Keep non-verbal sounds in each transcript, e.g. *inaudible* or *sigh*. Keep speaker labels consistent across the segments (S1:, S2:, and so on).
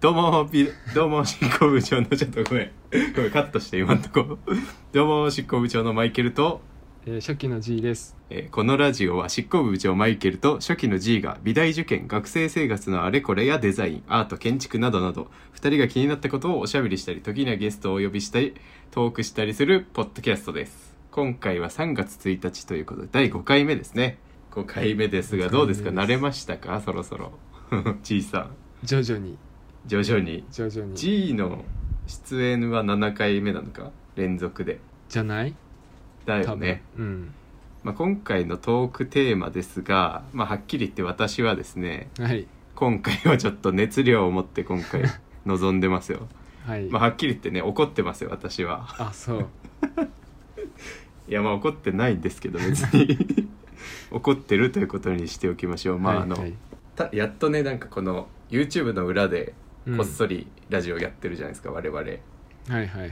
S1: どうもピどうも執行部長のちょっとごめんごめんカットして今んとこどうも執行部長のマイケルと
S2: えー初期の G です。
S1: えーこのラジオは執行部部長マイケルと初期の G が美大受験学生生活のあれこれやデザインアート建築などなど2人が気になったことをおしゃべりしたり時にはゲストをお呼びしたりトークしたりするポッドキャストです今回は3月1日ということで第5回目ですね5回目ですがどうですか
S2: 五回
S1: 慣
S2: 目です
S1: れましたかそろそろ *laughs* G さん
S2: 徐々に、
S1: 徐々に
S2: 徐々に。
S1: G の出演は7回目なのか連続で
S2: じゃない
S1: だ
S2: 多
S1: よ
S2: 分。
S1: ね
S2: うん。
S1: まあ、今回のトークテーマですが、まあ、はっきり言って私はですね
S2: はい。
S1: 今回はちょっと熱量を持って今回臨んでますよ、
S2: はい。
S1: まあ、はっきり言ってね怒ってますよ私は
S2: あ、そう。
S1: いやまあ怒ってないんですけど別
S2: *laughs*
S1: に怒ってるということにしておきましょう *laughs* まああの、
S2: はいはい
S1: たやっとねなんかこの YouTube の裏で
S2: うん
S1: こっそりラジオやってるじゃないですか、我々
S2: はいはいはい。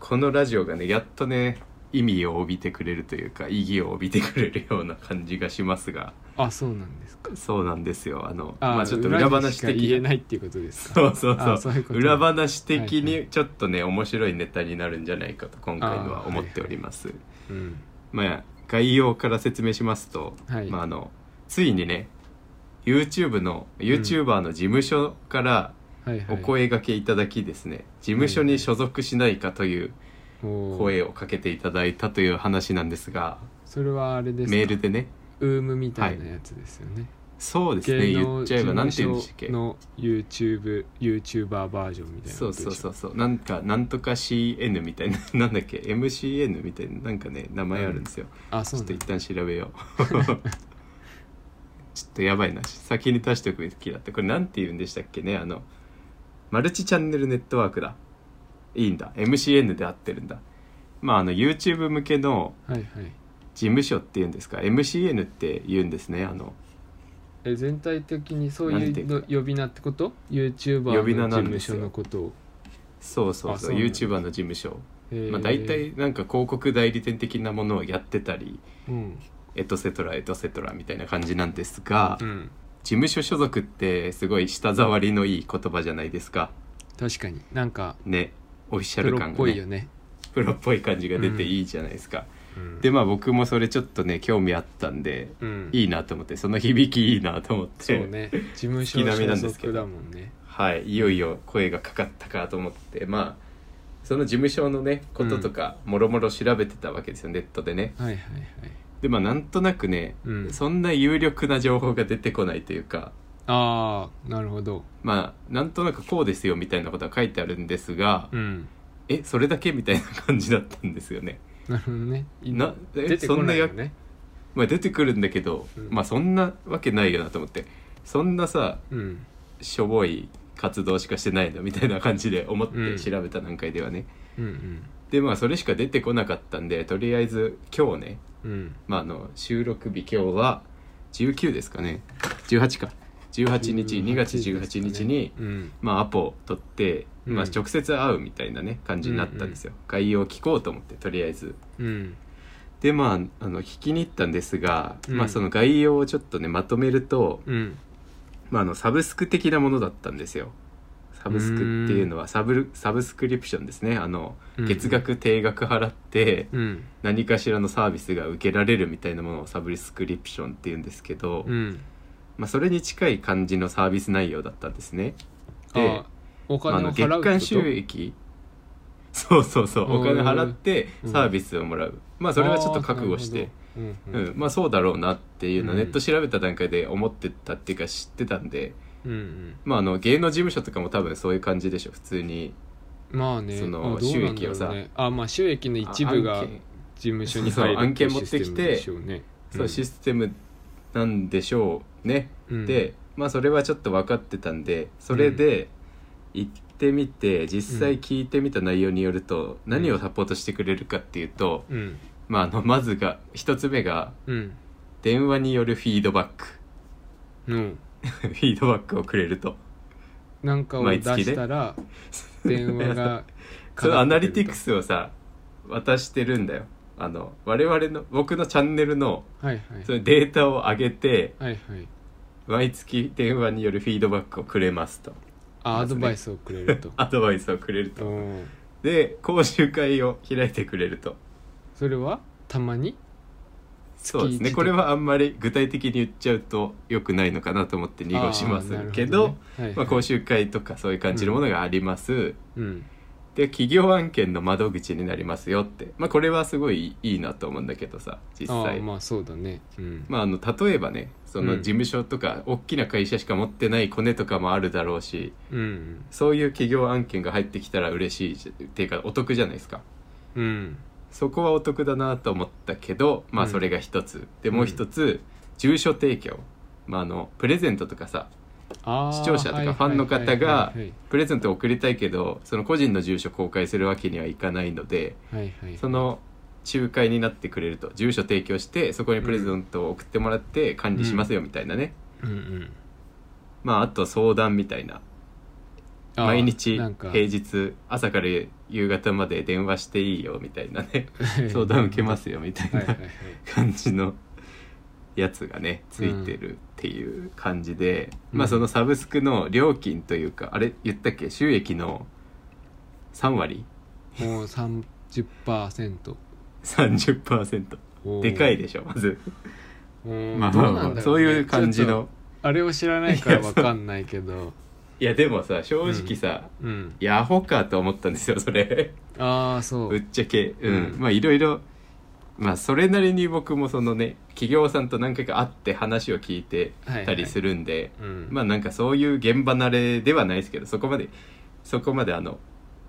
S1: このラジオがねやっとね意味を帯びてくれるというか意義を帯びてくれるような感じがしますが
S2: あ、そうなんですか。
S1: そうなんですよあの
S2: あ、
S1: まあちょっと裏
S2: に
S1: 話
S2: しか言え
S1: 的
S2: ないっていうことですか。
S1: そうそうそう
S2: あそういうこと
S1: 裏話的
S2: はいは
S1: にちょっとね、面白いネタになるんじゃないかと今回のは思っております、
S2: うん。
S1: まあ概要から説明しますと、
S2: はい
S1: まあ、あのついにね YouTube の YouTuber の事務所から
S2: はいはい。
S1: お声がけいただきですね、事務所に所属しないかという
S2: おー
S1: 声をかけていただいたという話なんですが
S2: それはあれですか。
S1: メールでね
S2: ウームみたいなやつですよね。
S1: そうですね
S2: 芸
S1: 言
S2: 能
S1: っ
S2: 事
S1: ちゃえばなんて
S2: 務
S1: 言うんでしたっけ
S2: 所の YouTube、YouTuber バージョンみたい
S1: そ
S2: なこと
S1: う
S2: でし
S1: そ
S2: ょ。
S1: うそうそうなんかなんとか CN みたいな *laughs* なんだっけ MCN みたいななんかね名前あるんですよ、
S2: あ、そ
S1: ち
S2: う
S1: ょっ
S2: なん
S1: と
S2: だ
S1: 一旦調べよう
S2: *laughs*
S1: ちょっとやばいな先に出しておくべきだったこれなんて言うんでしたっけねあのマルチチャンネルネットワークだいいんだ MCN で合ってるんだまああの YouTube 向けの
S2: はいはい。
S1: 事務所っていうんですか MCN って言うんですねあの
S2: え全体的にそう
S1: なん
S2: い
S1: ていううか
S2: の呼び名ってこと ?YouTuber
S1: 呼び名
S2: の事
S1: なんで
S2: 務
S1: す
S2: 所
S1: よ
S2: のことを。
S1: そうそう
S2: あ
S1: そ
S2: そううなんだ
S1: YouTuber の事務所、
S2: えー
S1: まあ、大体なんか広告代理店的なものをやってたり
S2: うん
S1: エトセトラエトセトラみたいな感じなんですが、
S2: うん
S1: 事務所所属ってすごい舌触りのいい言葉じゃないですか
S2: 確かになんか
S1: ねオフィシャ
S2: プ
S1: ル
S2: ロ
S1: 感
S2: っ
S1: が
S2: ぽ
S1: ね
S2: いよね、
S1: プロっぽい感じが出ていいじゃないですか、
S2: うん、
S1: でまあ僕もそれちょっとね興味あったんで、
S2: うん
S1: いいなと思ってその響きいいなと思っ
S2: そ
S1: て
S2: うね事務所
S1: 月並みなんで
S2: 所
S1: すけど
S2: 属だもんね
S1: はいいよいよ声がかかったかと思ってまあその事務所のねこととかもろもろ調べてたわけですよネットでね
S2: はいはいはい
S1: でまあなんとなくね、
S2: うん
S1: そんな有力な情報が出てこないというか
S2: ああなるほど
S1: まあなんとなくこうですよみたいなことは書いてあるんですが、
S2: うん
S1: えそれだけみたいな感じだったんですよね。
S2: なるほどねい
S1: なえ
S2: 出てこないよね
S1: まあ、出てくるんだけど、
S2: うん
S1: まあそんなわけないよなと思ってそんなさ
S2: うん
S1: しょぼい活動しかしてないのみたいな感じで思って調べた段階ではね。
S2: うん
S1: でまあそれしか出てこなかったんでとりあえず今日ね、
S2: うんうん
S1: まあ、あの収録日今日は19ですかね18か18日2月18日に、
S2: うん
S1: まあ、アポを取って、
S2: うん
S1: まあ、直接会うみたいなね感じになったんですよ、概要を聞こうと思ってとりあえず
S2: うん
S1: でまああの聞きに行ったんですが、
S2: うん
S1: まあ、その概要をちょっとねまとめると、
S2: うん
S1: まあ、あのサブスク的なものだったんですよサブスクっていうのはサブルサブスクリプションですねあの
S2: うん
S1: 月額定額払って
S2: うん
S1: 何かしらのサービスが受けられるみたいなものをサブスクリプションっていうんですけど、
S2: うん
S1: まあ、それに近い感じのサービス内容だったんですね。
S2: あ
S1: で
S2: ーお
S1: まああ
S2: 金
S1: の月
S2: を払うってこと
S1: 間収益そうそうそうお金払って
S2: うん
S1: サービスをもらう、まあそれはちょっと覚悟して、
S2: あーなるほ
S1: う
S2: どうんん
S1: まあそうだろうなっていうのは
S2: うん
S1: ネット調べた段階で思ってたっていうか知ってたんで、
S2: うんうん
S1: まあ、あの芸能事務所とかも多分そういう感じでしょ普通に
S2: まあね
S1: その
S2: あどうなんだろう
S1: 収益をさ
S2: ねあまあ収益の一部
S1: あ
S2: が
S1: 案件
S2: 事務所に入る
S1: そう案件持ってきて
S2: いうシステムでしょうね
S1: そうシ
S2: ス
S1: ステムなんでしょうね、で、まあそれはちょっと分かってたんでそれで行ってみて実際聞いてみた内容によると、何をサポートしてくれるかっていうと、
S2: うん
S1: まあ、あのまずが一つ目が
S2: うん
S1: 電話によるフィードバック *laughs*
S2: うん
S1: フィードバックをくれると
S2: なんかを出したら
S1: *laughs*
S2: 電話が
S1: そのアナリティクスをさ渡してるんだよあの我々の僕のチャンネルの
S2: はいはい
S1: そのデータを上げて
S2: はいはい
S1: 毎月電話によるフィードバックをくれますと
S2: あ
S1: ま
S2: ア
S1: ず
S2: ド
S1: ね
S2: バイスをくれる
S1: *laughs*
S2: と
S1: アドバイスをくれると、
S2: うん
S1: で講習会を開いてくれると
S2: それはたまに
S1: そうです
S2: 月一
S1: ね
S2: と
S1: これはあんまり具体的に言っちゃうと良くないのかなと思って
S2: あ
S1: 濁
S2: ー
S1: します
S2: なるほ
S1: けど
S2: ねはいはい
S1: まあ、講習会とかそういう感じのものがあります、
S2: うん
S1: で企業案件の窓口になりますよって、まあ、これはすごいいいなと思うんだけどさ実
S2: あ
S1: 際
S2: あまあそうだねうん
S1: まあ、あの例えばねその
S2: うん
S1: 事務所とか大きな会社しか持ってないコネとかもあるだろうし
S2: うん
S1: そういう企業案件が入ってきたら嬉しいじっていうかお得じゃないですか
S2: うん
S1: そこはお得だなと思ったけどまあ
S2: うん
S1: それが一つ、で
S2: うん
S1: もう一つ住所提供、まあ、あのプレゼントとかさ
S2: あー
S1: 視聴者と
S2: はい
S1: か
S2: はい
S1: ファンの方が
S2: はい
S1: プレゼントを送りたいけどその個人の住所公開するわけにはいかないので
S2: はいはい
S1: その仲介になってくれると住所提供してそこにプレゼントを送ってもらって管理しますよみたいなね、
S2: うんうん
S1: まああと相談みたいな
S2: あー
S1: 毎日平
S2: なんか
S1: 日朝から夕方まで電話していいよみたいなね相談受けますよみたい
S2: *laughs* はいはい
S1: な
S2: はい
S1: 感じのやつがねついてるっていう感じで、
S2: うん
S1: まあそのサブスクの料金というかあれ言ったっけ収益の3割
S2: もう30%
S1: 30%
S2: おー
S1: でかいでしょまず、
S2: うーん
S1: まあ
S2: ど
S1: まあ
S2: うなん
S1: ま
S2: だろうね
S1: あ *laughs* そういう感じ
S2: ちょっ
S1: の
S2: とあれを知らないからわかんない
S1: *laughs*
S2: けど
S1: いやでもさ正直さ、
S2: うん
S1: ヤホかと思ったんですよそれ。
S2: ああそう
S1: ぶっちゃけ、うん
S2: うん
S1: まあいろいろまあそれなりに僕もそのね企業さんと何回か会って話を聞いてたりするんで、
S2: うん
S1: まあなんかそういう現場慣れではないですけどそこまでそこまであの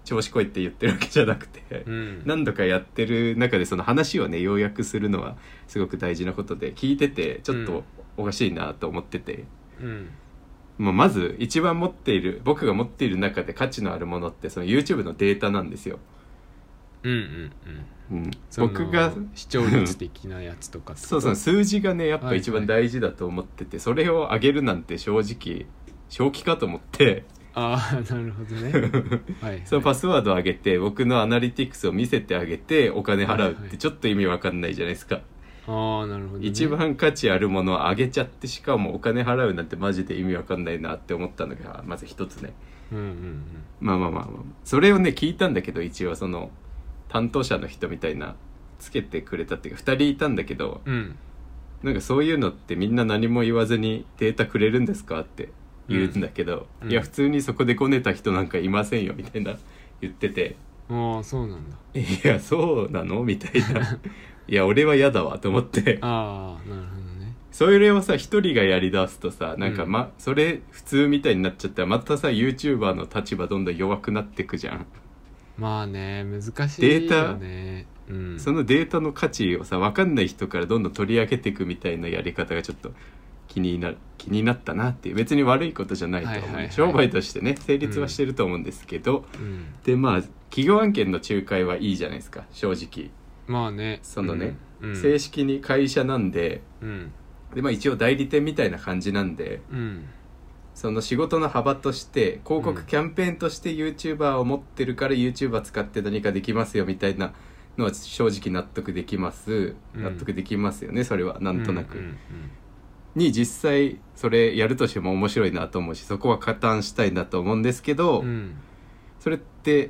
S1: 調子こいって言ってるわけじゃなくて、
S2: うん
S1: 何度かやってる中でその話をね要約するのはすごく大事なことで聞いててちょっとおかしいなと思ってて。
S2: うん
S1: まあまず一番持っている僕が持っている中で価値のあるものってその YouTube のデータなんですよ、
S2: うんうんうん
S1: うん、
S2: その
S1: 僕が
S2: 視聴率的なやつとかってこと
S1: *laughs* そうそう数字がねやっ
S2: は
S1: ぱ
S2: い
S1: 一番大事だと思ってて、それを上げるなんて正直正気かと思って、 *laughs*
S2: ああなるほどねはい、はい、
S1: そのパスワードを上げて僕のアナリティクスを見せてあげてお金払う
S2: はい
S1: っ
S2: は
S1: て
S2: い
S1: ちょっと意味わかんないじゃないですか、
S2: ああなるほど、ね、
S1: 一番価値あるものを上げちゃってしかもお金払うなんてマジで意味わかんないなって思ったのがまず一つね
S2: うんうんうん
S1: まあまあまあ、まあ、それをね聞いたんだけど一応その担当者の人みたいなつけてくれたっていうか2人いたんだけど、
S2: うん
S1: なんかそういうのってみんな何も言わずにデータくれるんですかって言うんだけど、
S2: うん
S1: いや普通にそこでごねた人なんかいませんよみたいな言ってて
S2: ああそうなんだ
S1: いやそうなのみたい
S2: *laughs*
S1: ないや俺は嫌だわと思って
S2: ああなるほどね
S1: それをさ一人がやりだすとさなんか
S2: うん
S1: ま、それ普通みたいになっちゃったらまたさ YouTuber の立場どんどん弱くなってくじゃん、
S2: まあね難し
S1: デー
S2: い
S1: タ
S2: よねうん
S1: そのデータの価値をさ分かんない人からどんどん取り上げていくみたいなやり方がちょっと気にな気になったなっていう別に悪いことじゃないと思う、
S2: はいはいはい
S1: 商売としてね成立はしてると思うんですけど、
S2: うん、
S1: でまあ企業案件の仲介はいいじゃないですか正直、
S2: まあね
S1: そのね、
S2: うんうん、
S1: 正式に会社なんで
S2: うん
S1: で、まあ、一応代理店みたいな感じなんで
S2: うん
S1: その仕事の幅として広告キャンペーンとして YouTuber を持ってるから YouTuber 使って何かできますよみたいなのは正直納得できます、
S2: うん
S1: 納得できますよねそれはなんとなく、
S2: うんうん
S1: に実際それやるとしても面白いなと思うしそこは加担したいなと思うんですけど、
S2: うんうん
S1: それって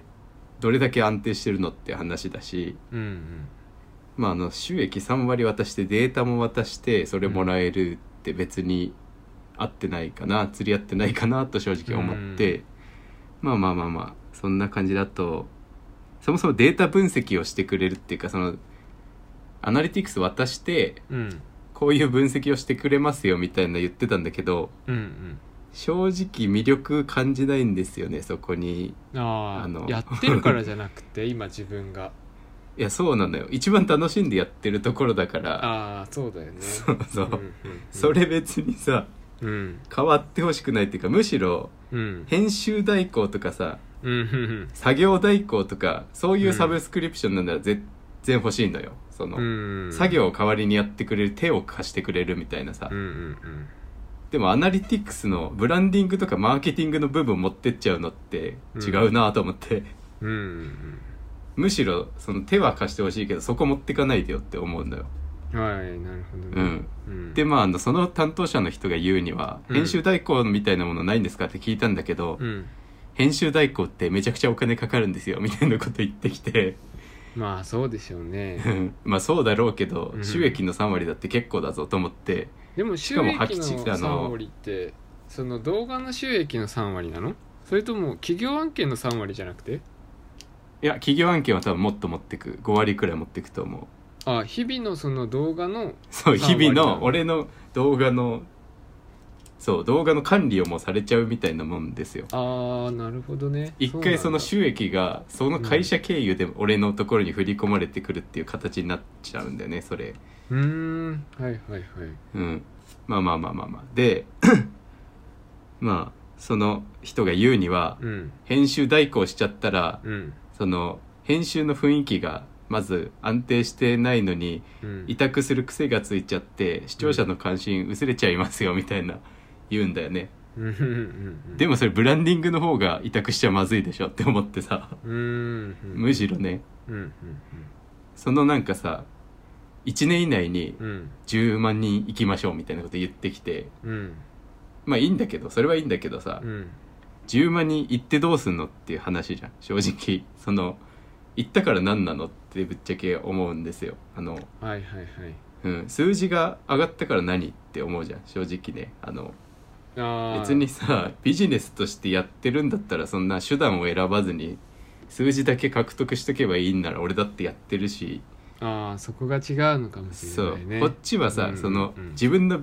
S1: どれだけ安定してるのって話だし、
S2: うんうん
S1: まあ、あの収益3割渡してデータも渡してそれもらえるって別に合ってないかな釣り合ってないかなと正直思って、まあまあまあまあそんな感じだとそもそもデータ分析をしてくれるっていうかそのアナリティクス渡して
S2: うん
S1: こういう分析をしてくれますよみたいな言ってたんだけど
S2: うん
S1: 正直魅力感じないんですよねそこに
S2: うんあ
S1: あの
S2: あやってるからじゃなくて今自分が
S1: いやそうなのよ一番楽しんでやってるところだから
S2: ああそうだよね
S1: そうそう、
S2: んんん
S1: それ別にさ
S2: うん
S1: 変わってほしくないっていうかむしろ
S2: うん
S1: 編集代行とかさ
S2: うんうん
S1: 作業代行とかそういうサブスクリプションなんなら全然欲しいのよその、
S2: うんうん
S1: 作業を代わりにやってくれる手を貸してくれるみたいなさ、
S2: うんうん
S1: でもアナリティクスのブランディングとかマーケティングの部分を持ってっちゃうのって違うなと思って、
S2: うんうんうん
S1: むしろその手は貸してほしいけどそこ持ってかないでよって思うのよ
S2: うんはいなるほどね、
S1: うん
S2: うん
S1: でまああのその担当者の人が言うには「
S2: うん
S1: 編集代行みたいなものないんですか?」って聞いたんだけど、
S2: うん、
S1: 編集代行ってめちゃくちゃお金かかるんですよみたいなこと言ってきて *laughs*
S2: まあそうでしょうね
S1: うんまあそうだろうけど
S2: うん
S1: 収益の3割だって結構だぞと思って
S2: でも収
S1: か
S2: 益
S1: も
S2: の
S1: 白地があの
S2: 3割ってその動画の収益の3割なのそれとも企業案件の3割じゃなくて
S1: いや企業案件は多分もっと持ってく5割くらい持ってくと思う
S2: あ日々のその動画の
S1: そう
S2: 3
S1: 日
S2: 割
S1: 々
S2: だ
S1: の俺の動画のそう動画の管理をもうされちゃうみたいなもんですよ
S2: ああなるほどね
S1: 一回その
S2: 収
S1: 収益がその会社経由で俺のところに振り込まれてくるっていう形になっちゃうんだよねそれ
S2: うーんはいはいはい
S1: うんまあまあまあまあまあで *coughs* まあその人が言うには
S2: うん
S1: 編集代行しちゃったら
S2: うん
S1: その編集の雰囲気がまず安定してないのに
S2: うん
S1: 委託する癖がついちゃって視聴者の関心薄れちゃいますよみたいな言うんだよね
S2: うんうんうん
S1: で
S2: も
S1: もそれブランディングの方が委託しちゃまずいでしょって思ってさ
S2: うーんうん
S1: むしろね
S2: うんうん
S1: そのなんかさ1年以内に
S2: うん
S1: 10万人行きましょうみたいなこと言ってきて
S2: うん
S1: まあいいんだけどそれはいいんだけどさ
S2: うん
S1: 10万人行ってどうすんのっていう話じゃん正直その行ったから何なのってぶっちゃけ思うんですよあの、
S2: はいはいはい
S1: うん、数字が上がったから何って思うじゃん正直ねあの
S2: あー
S1: 別にさビジネスとしてやってるんだったらそんな手段を選ばずに数字だけ獲得しとけばいいんなら俺だってやってるし、
S2: ああそこが違うのかもしれ
S1: そう
S2: ないね
S1: こっちはさ、
S2: うん
S1: その
S2: うん
S1: 自分の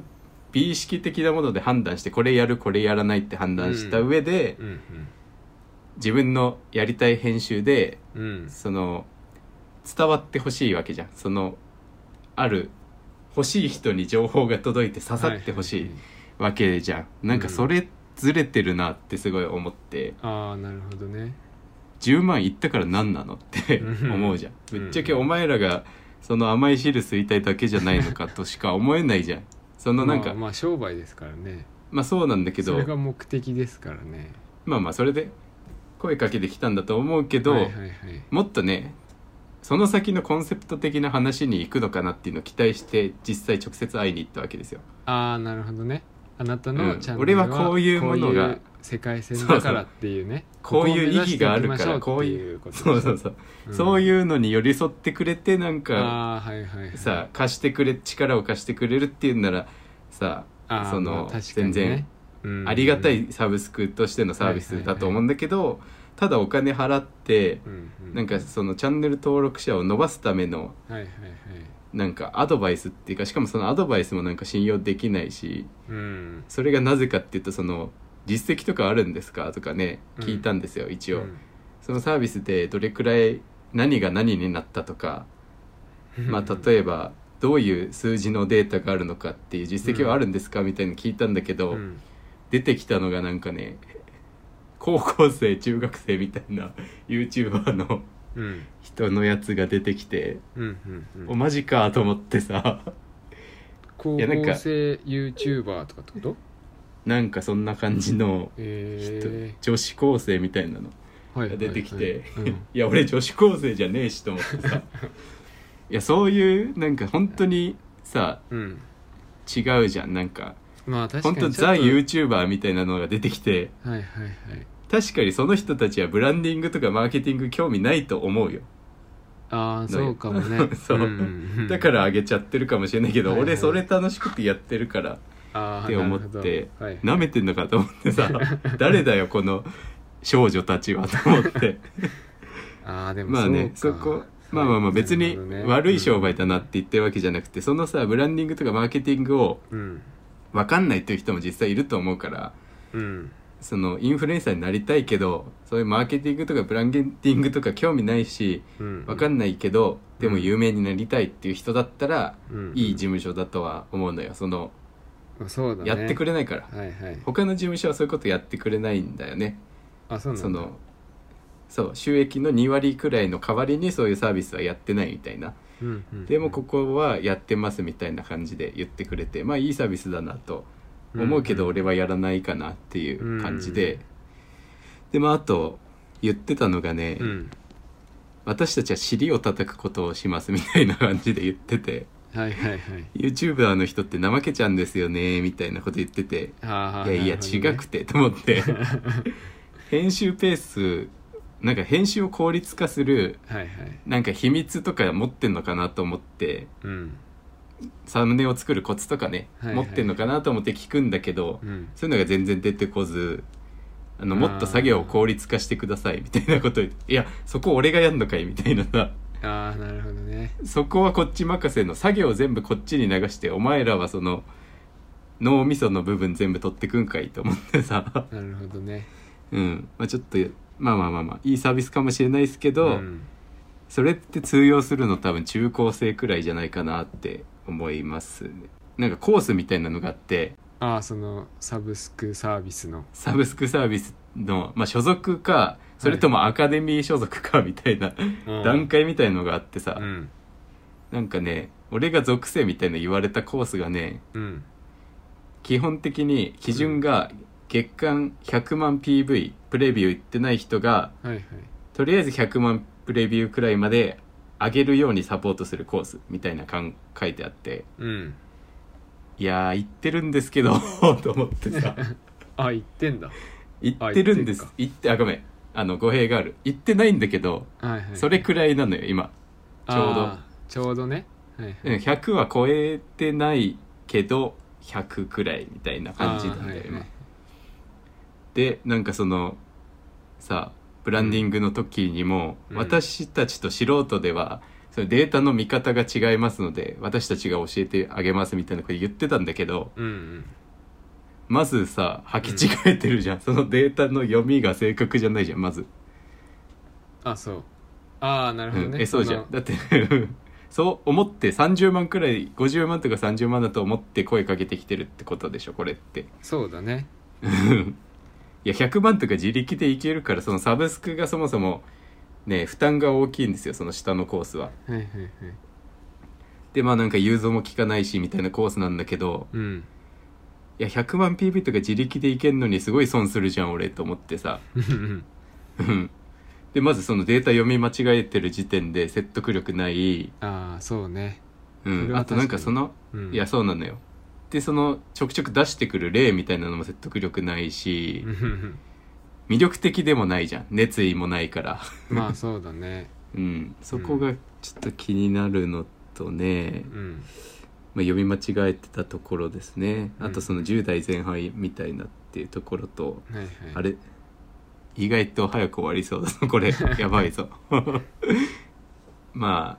S1: 美意識的なもので判断してこれやるこれやらないって判断した上で、
S2: うん
S1: 自分のやりたい編集で
S2: うんうん
S1: その伝わってほしいわけじゃんそのある欲しい人に情報が届いて刺さってほし
S2: はいはは
S1: わけじゃん、なんかそれずれてるなってすごい思って、
S2: ああなるほどね
S1: 10万いったから何なのって
S2: うん
S1: 思うじゃん
S2: うん
S1: ぶっちゃけお前らがその甘い汁吸いたいだけじゃないのかとしか思えないじゃんそのなんか、
S2: まあ、
S1: まあ、
S2: まあ商売ですからね
S1: そうなんだけ
S2: そ
S1: ど
S2: れが目的ですからね
S1: まあまあそれで声かけてきたんだと思うけど、
S2: はいはいはい
S1: もっとねその先のコンセプト的な話に行くのかなっていうのを期待して実際直接会いに行ったわけですよ
S2: ああなるほどねあなた
S1: う
S2: の
S1: ん
S2: チャンネ
S1: 俺
S2: ル
S1: はこういうものが
S2: こういう世界線だからっていうね
S1: こういう意
S2: ここを目指
S1: 義
S2: して
S1: があ
S2: いき
S1: る
S2: ま
S1: か
S2: しょ
S1: ら
S2: う
S1: こう
S2: って
S1: い
S2: いう
S1: う
S2: ことでしょ
S1: そうそうそう、
S2: うん
S1: そういうのに寄り添ってくれてなんか
S2: ああはいはいはい
S1: さ貸してくれ力を貸してくれるっていうんならさ
S2: あー
S1: その
S2: まあ確かにね
S1: 全然
S2: うん
S1: ありがたいサブスクとしてのサービスだと思うんだけど、ただお金払って
S2: うんう
S1: なんかそのチャンネル登録者を伸ばすための
S2: はいはいはい
S1: なんかアドバイスっていうかしかもそのアドバイスもなんか信用できないし
S2: うん
S1: それがなぜかっていうとその実績とかあるんですかとかね
S2: うん
S1: 聞いたんですよ、一応、
S2: うん
S1: そのサービスでどれくらい何が何になったとかまあ、例えばどういう数字のデータがあるのかっていう実績はあるんですかみたいなの聞いたんだけど、
S2: うん
S1: 出てきたのがなんかね *laughs* 高校生中学生みたいな *laughs* YouTuber の
S2: うん
S1: 人のやつが出てきて、
S2: うんうんう
S1: お
S2: ん
S1: マジかと思ってさ
S2: 高校
S1: いやなんか
S2: 生 YouTuber とかってこと
S1: なんかそんな感じの人
S2: え
S1: 女子高生みたいなの
S2: えは
S1: が出てきて
S2: はいはいはい
S1: *laughs* いや俺女子高生じゃねえしと思って
S2: *laughs*
S1: さいやそういうなんか本当にさ
S2: うんうん
S1: 違うじゃんなんか
S2: まあ確か
S1: 本
S2: に
S1: 当
S2: ちょ
S1: ザ
S2: っと
S1: YouTuber みたいなのが出てきて
S2: はいはいはい
S1: 確かにその人たちはブランディングとかマーケティング興味ないと思うよ
S2: ああ
S1: のよ
S2: そうかもね
S1: *laughs* そうだから上げちゃってるかもしれないけど、
S2: はいはい
S1: 俺それ楽しくてやってるから
S2: ら
S1: って思って
S2: はい
S1: 舐めてんのかと思って
S2: *laughs*
S1: さ誰だよこの少女たちはと思って
S2: ああでも
S1: まあ
S2: そうか
S1: ねそこまあまあまあ別に悪い商売だなって言ってるわけじゃなくてそのさブランディングとかマーケティングを
S2: うん
S1: 分かんないっていう人も実際いると思うから
S2: うん
S1: そのインフルエンサーになりたいけどそういうマーケティングとかブランディングとか興味ないし
S2: うん
S1: わかんないけど、でも有名になりたいっていう人だったら、
S2: うん
S1: いい事務所だとは思うのよその、
S2: そうだね
S1: やってくれないから、
S2: はいはい
S1: 他の事務所はそういうことやってくれないんだよね、
S2: あそうなんだ
S1: そのそう収益の2割くらいの代わりにそういうサービスはやってないみたいな、
S2: うんうん
S1: でもここはやってますみたいな感じで言ってくれてまあいいサービスだなと思うけど
S2: うん
S1: 俺はやらないかなっていう感じで、でまああと言ってたのがね、
S2: うん
S1: 私たちは尻を叩くことをしますみたいな感じで言ってて
S2: はいはいはい
S1: YouTuber の人って怠けちゃうんですよねみたいなこと言ってて
S2: あ
S1: い
S2: ー
S1: やいや
S2: なるほど
S1: 違
S2: ね
S1: くてと思って編集ペースなんか編集を効率化する
S2: *laughs* はいはい
S1: なんか秘密とか持ってんのかなと思って
S2: うん
S1: サムネを作るコツとかね、
S2: はいはい
S1: 持ってんのかなと思って聞くんだけど、
S2: うん
S1: そういうのが全然出てこずあの
S2: あー
S1: もっと作業を効率化してくださいみたいなこと言っていやそこ俺がやんのかいみたいな *laughs* さ
S2: ああなるほどね
S1: そこはこっち任せの作業を全部こっちに流してお前らはその脳みその部分全部取ってくんかいと思ってさ
S2: なるほどね
S1: うん、まあ、ちょっとまあまあまあまあいいサービスかもしれないですけど、
S2: ん、
S1: それって通用するの多分中高生くらいじゃないかなって思いますねなんかコースみたいなのがあって
S2: ああそのサブスクサービスの
S1: サブスクサービスの、まあ、所属かそれともアカデミー所属かみたいな、段階みたいのがあってさ、
S2: うん
S1: なんかね俺が属性みたいな言われたコースがね
S2: うん
S1: 基本的に基準が月間100万 PV プレビュー行ってない人が
S2: はいはい
S1: とりあえず100万プレビューくらいまで上げるようにサポートするコースみたいなかん書いてあって
S2: うん
S1: いやー行ってるんですけど *laughs* と思って *laughs* さ
S2: あ言ってんだ
S1: 行ってるんで
S2: あ
S1: す行ってあごめんあの語弊がある行ってないんだけど
S2: はいはい
S1: それくらいなのよ今ちょうど
S2: あーちょうどねはいはい
S1: うん100は超えてないけど100くらいみたいな感じなんだよ、
S2: あーはい
S1: 今
S2: はい
S1: でなんかそのさブランディングの時にも、
S2: うん
S1: 私たちと素人ではそのデータの見方が違いますので私たちが教えてあげますみたいなこと言ってたんだけど
S2: うんうん
S1: まずさ履き違えてるじゃん、そのデータの読みが正確じゃないじゃんまず、
S2: あそうああなるほど
S1: うん
S2: ね、
S1: えそうじゃん
S2: の
S1: だって *laughs* そう思って30万くらい50万とか30万だと思って声かけてきてるってことでしょこれって *laughs*
S2: そうだね
S1: うんいや100万とか自力でいけるからそのサブスクがそもそもね負担が大きいんですよその下のコースは。
S2: はいはいはい
S1: でまあなんか融通も効かないしみたいなコースなんだけど
S2: うん
S1: いや100万 PV とか自力でいけんのにすごい損するじゃん俺と思ってさ。 *laughs*
S2: うん
S1: うんでまずそのデータ読み間違えてる時点で説得力ない、
S2: *laughs* ああそうね
S1: う
S2: それ
S1: ん、
S2: は
S1: あとなんかその
S2: うん
S1: いやそうなのよ。でそのちょくちょく出してくる例みたいなのも説得力ないし
S2: うんうん
S1: 魅力的でもないじゃん熱意もないから。 *laughs*
S2: うん *laughs* まあそうだね
S1: うん、そこがちょっと気になるのとね、
S2: うん
S1: まあ、読み間違えてたところですね
S2: うん
S1: あとその10代前半みたいなっていうところと、
S2: はいはい
S1: あれ意外と早く終わりそうだぞ *laughs*
S2: *laughs*
S1: これやばいぞ *laughs* まあ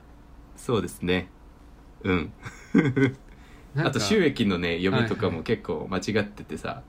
S1: そうですねうん
S2: なん
S1: あ
S2: か
S1: と収益のね読みとか
S2: はいは
S1: も
S2: い
S1: 結構間違っててさ、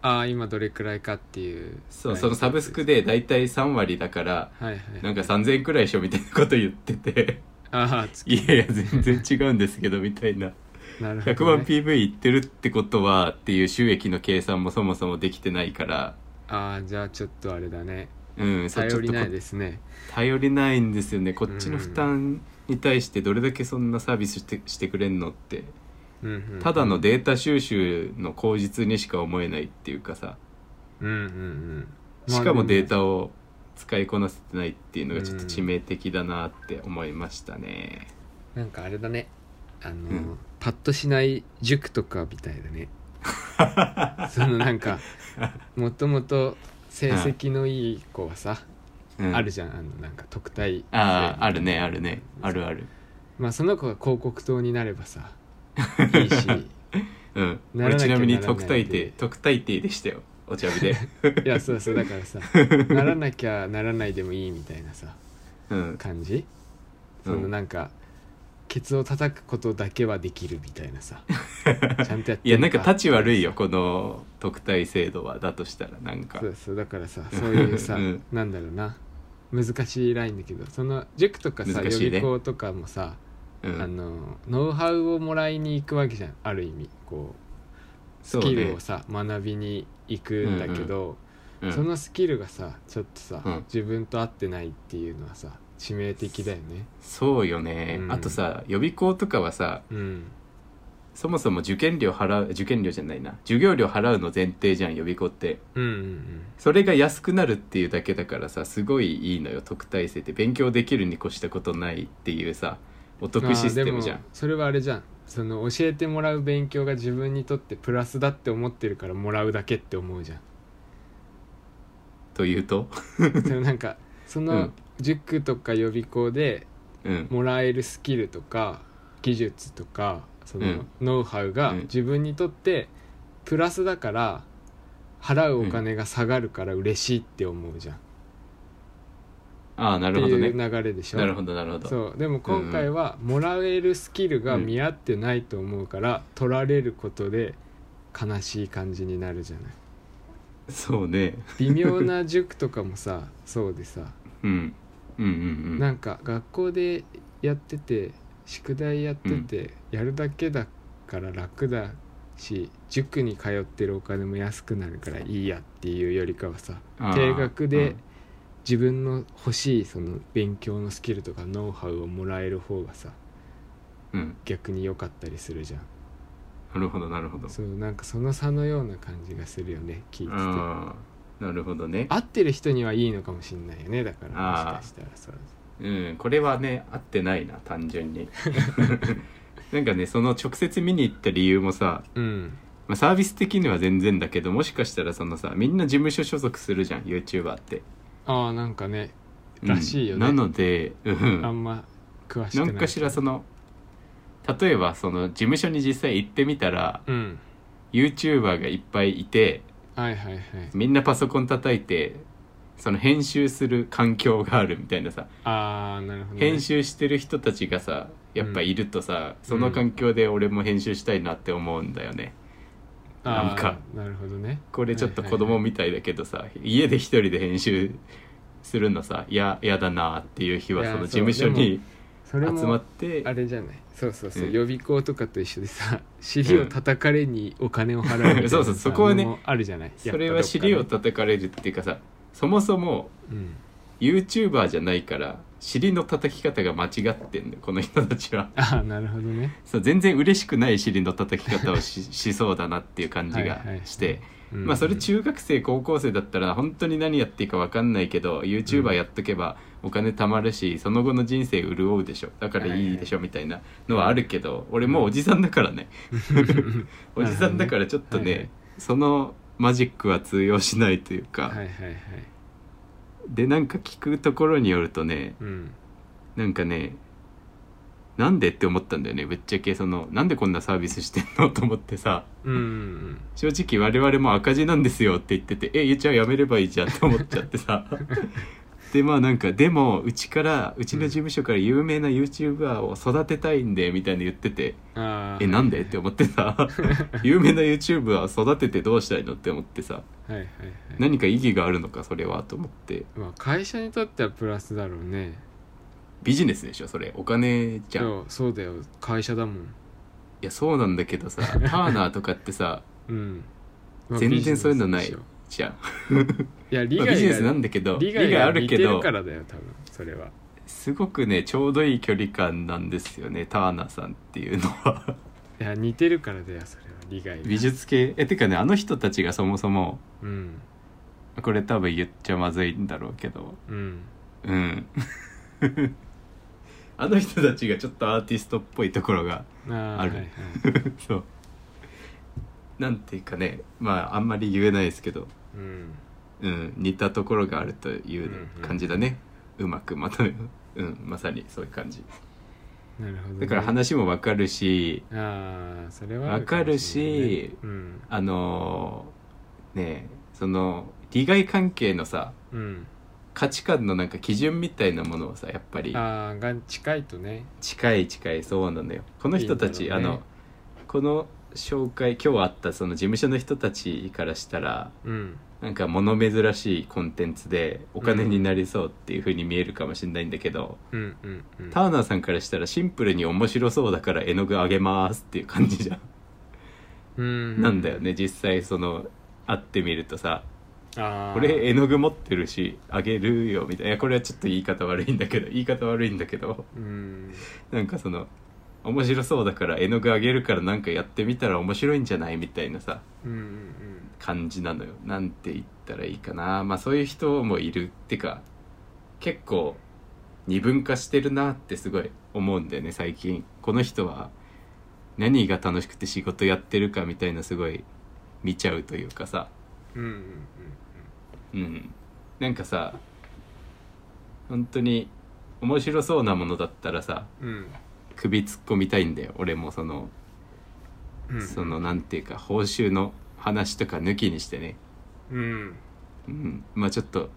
S2: ああ今どれくらいかっていう
S1: そうそのサブスクで大体3割だから
S2: はいはい
S1: なんか3,000円くらいでしょみたいなこと言ってて
S2: ああつ
S1: いやいや全然違うんですけどみたいな
S2: なるほ
S1: 100
S2: ど、ね、
S1: 万 PV いってるってことはっていう収益の計算もそもそもできてないから、
S2: ああじゃあちょっとあれだね
S1: うん、そう
S2: 頼りな
S1: ちょっ
S2: い
S1: とこ
S2: ですね
S1: 頼りないんですよねこっちの負担に対してどれだけそんなサービスしてしてくれんのって
S2: うんうん
S1: ただのデータ収集の口実にしか思えないっていうかさ
S2: うんうんうんまあ
S1: しかもデー
S2: で
S1: タを使いこなせてないっていうのがちょっと致命的だなって思いましたね。
S2: もなんかあれだねあの、
S1: うん
S2: パッとしない塾とかみたい
S1: *laughs*
S2: だねそのなんかもともと成績のいい子はさ、
S1: うん
S2: あるじゃんあのなんか特待
S1: あああるねあるねあるある。
S2: まあその子が広告塔になれ
S1: *laughs*
S2: ばさいいし
S1: うん、
S2: なら
S1: 俺
S2: なきゃ
S1: ちなみに
S2: ならない
S1: 特待
S2: で
S1: 定特待定でしたよお茶目
S2: *laughs*
S1: で。
S2: いやそうそうだからさならなきゃならないでもいいみたいなさ
S1: うん、
S2: 感じ
S1: う
S2: そ
S1: ん
S2: のなんか、ケツを叩くことだけはできるみたいな
S1: *laughs*
S2: さちゃんとやって
S1: いやなんか立ち悪いよこの特待制度はだとしたらなんか
S2: そうそうだからさそういうさ、
S1: うん
S2: なんだろうな難しいラインだけどその塾とかさ、
S1: 難
S2: 予
S1: しいね
S2: 備校とかもさ、
S1: う
S2: あ
S1: ん
S2: のノウハウをもらいに行くわけじゃんある意味こう
S1: そ
S2: ス
S1: う
S2: キ
S1: ね
S2: ルをさ、学びに行くんだけど、
S1: うん
S2: そのスキルがさちょっとさ、
S1: うん
S2: 自分と合ってないっていうのはさ致命的だよね
S1: そうよね、
S2: うん
S1: あとさ予備校とかはさ
S2: うん
S1: そもそも受験料払う受験料じゃないな授業料払うの前提じゃん予備校って
S2: うんうんうん
S1: それが安くなるっていうだけだからさすごいいいのよ特待生って勉強できるに越したことないっていうさお得システムじゃ
S2: あー
S1: ん
S2: でもそれはあれじゃんその教えてもらう勉強が自分にとってプラスだって思ってるからもらうだけって思うじ
S1: *laughs*
S2: ゃん
S1: というと
S2: でもなんかそうの
S1: ん
S2: 塾とか予備校で
S1: うん
S2: もらえるスキルとか技術とかそのノウハウが
S1: うん
S2: 自分にとってプラスだから払うお金が下がるから嬉しいって思うじゃん、
S1: ああなる
S2: っ
S1: ほ
S2: て
S1: ど
S2: いう
S1: ね
S2: 流れでしょ
S1: なるほどなるほど
S2: そうでも今回はもらえるスキルが見合ってないと思うから、取られることで悲しい感じになるじゃない
S1: そうね
S2: 微妙な塾とかもさそうでさ
S1: うんうんうんう
S2: なんんか学校でやってて宿題やってて、やるだけだから楽だし塾に通ってるお金も安くなるからいいやっていうよりかはさ
S1: あー
S2: 定額
S1: う
S2: で
S1: ん
S2: 自分の欲しいその勉強のスキルとかノウハウをもらえる方がさ
S1: うん
S2: 逆に良かったりするじゃん
S1: なるほどなるほど
S2: そうなんかその差のような感じがするよね聞いてて
S1: ああなるほどね
S2: 合ってる人にはいいのかもしんないよねだからもし
S1: あー
S2: かしたらそう
S1: うんこれはね合ってないな単純に *laughs* なんかねその直接見に行った理由もさ、
S2: うん
S1: まあ、サービス的には全然だけどもしかしたらそのさみんな事務所所属するじゃん YouTuber って、
S2: ああなんかね
S1: うん
S2: らしいよね
S1: なのでうんうん
S2: あんま詳しく
S1: な
S2: ない
S1: んかしらその例えばその事務所に実際行ってみたら
S2: うん
S1: YouTuber がいっぱいいて
S2: はいはいはい
S1: みんなパソコン叩いてその編集する環境があるみたいなさ
S2: ああなるほど、ね、
S1: 編集してる人たちがさやっぱいるとさ、
S2: ん
S1: その環境で俺も編集したいなって思うんだよね、
S2: あー
S1: なんか
S2: なるほどね
S1: これちょっと子供みたいだけどさ、家で一人で編集するのさいややだなっていう日はい
S2: や
S1: その事
S2: そ
S1: 務
S2: う
S1: 所に
S2: そ
S1: 集ま
S2: れ
S1: っ
S2: も
S1: て
S2: あれじゃないそうそうそう、
S1: うん
S2: 予備校とかと一緒でさ尻を叩かれにお金を払うみたいなさ
S1: *laughs* そうそうそこはね
S2: のもあるじゃない
S1: それは尻を
S2: た
S1: 叩かれるっていうかさそもそも
S2: うん
S1: YouTuber じゃないから尻の叩き方が間違ってんだよこの人たちは
S2: ああなるほどね
S1: そう全然嬉しくない尻の叩き方を
S2: *laughs*
S1: ししそうだなっていう感じが
S2: はいはい
S1: して。
S2: うん
S1: まあそれ
S2: *laughs*
S1: 中学生高校生だったら本当に何やっていいか分かんないけど YouTuber やっとけばお金貯まるしその後の人生潤うでしょだからいいでしょみたいなのはあるけど俺もうおじさんだからねおじさんだからちょっと
S2: はいはい
S1: ねそのマジックは通用しないという
S2: はいは
S1: か
S2: いはい
S1: でなんか聞くところによるとね
S2: うん
S1: なんかねなんでって思ったんだよねぶっちゃけそのなんでこんなサービスしてんのと思ってさ
S2: うんうん
S1: 正直我々も赤字なんですよって言ってて「えゆうちゃんやめればいいじゃん」と思っちゃって
S2: *laughs*
S1: さでまあなんかでもうちからうちの事務所から有名な YouTuber を育てたいんでみたいな言ってて
S2: うん
S1: 「
S2: あー
S1: えなんで?」って思ってさ有名な YouTuber を育ててどうしたいのって思ってさ
S2: はいはいはい
S1: 何か意義があるのかそれはと思って
S2: まあ会社にとってはプラスだろうね
S1: ビジネスでしょそれお金じゃんい
S2: そうそうだよ会社だもん
S1: やそうなんだけどさターナーとかってさ
S2: うん
S1: 全然そういうのない
S2: ビジネスでしょ
S1: じゃん、
S2: い *laughs* や利
S1: まあ
S2: 害
S1: ビジネスな
S2: が
S1: んだけど
S2: 利害が似てるからだよ多分それは
S1: すごくねちょうどいい距離感なんですよねターナーさんっていうのは
S2: いや似てるからだよそれは利害
S1: *laughs*
S2: が
S1: 美術系えてかねあの人たちがそもそも
S2: うん
S1: これ多分言っちゃまずいんだろうけど
S2: うん
S1: うん *laughs* あの人たちがちょっとアーティストっぽいところが *laughs*
S2: ああ
S1: ある
S2: はいはい、
S1: そうなんていうかねまああんまり言えないですけど、
S2: うん、
S1: うん、似たところがあるという感じだね、うまくまとめうんまさにそういう感じ
S2: なるほどね、
S1: だから話もわかるし
S2: ああそれはあ
S1: わかる
S2: もれないね
S1: し
S2: うん
S1: あのーねえその利害関係のさ
S2: うん
S1: 価値観のなんか基準みたいなものをさやっぱり
S2: ああが近いとね
S1: 近い近いそうなのよこの人たち
S2: いいんだ
S1: あ
S2: ろうね
S1: のこの紹介今日あったその事務所の人たちからしたら
S2: うん
S1: なんか物珍しいコンテンツでお金になりそうっていう風に見えるかもしれないんだけど、
S2: うんうんうん
S1: ターナーさんからしたらシンプルに面白そうだから絵の具あげますっていう感じじゃん、
S2: うん
S1: なんだよね実際その会ってみるとさ
S2: ああ
S1: これ絵の具持ってるしあげるよみたいないやこれはちょっと言い方悪いんだけど言い方悪いんだけど
S2: うん
S1: なんかその面白そうだから絵の具あげるからなんかやってみたら面白いんじゃないみたいなさ
S2: うんうん
S1: 感じなのよなんて言ったらいいかなまあそういう人もいるってか結構二分化してるなってすごい思うんだよね最近この人は何が楽しくて仕事やってるかみたいなすごい見ちゃうというかさ
S2: うんうんうん
S1: うんなんかさ本当に面白そうなものだったらさ
S2: うん
S1: 首突っ込みたいんだよ俺もその
S2: うんうん
S1: そのなんていうか報酬の話とか抜きにしてね
S2: うん
S1: うんまあちょっと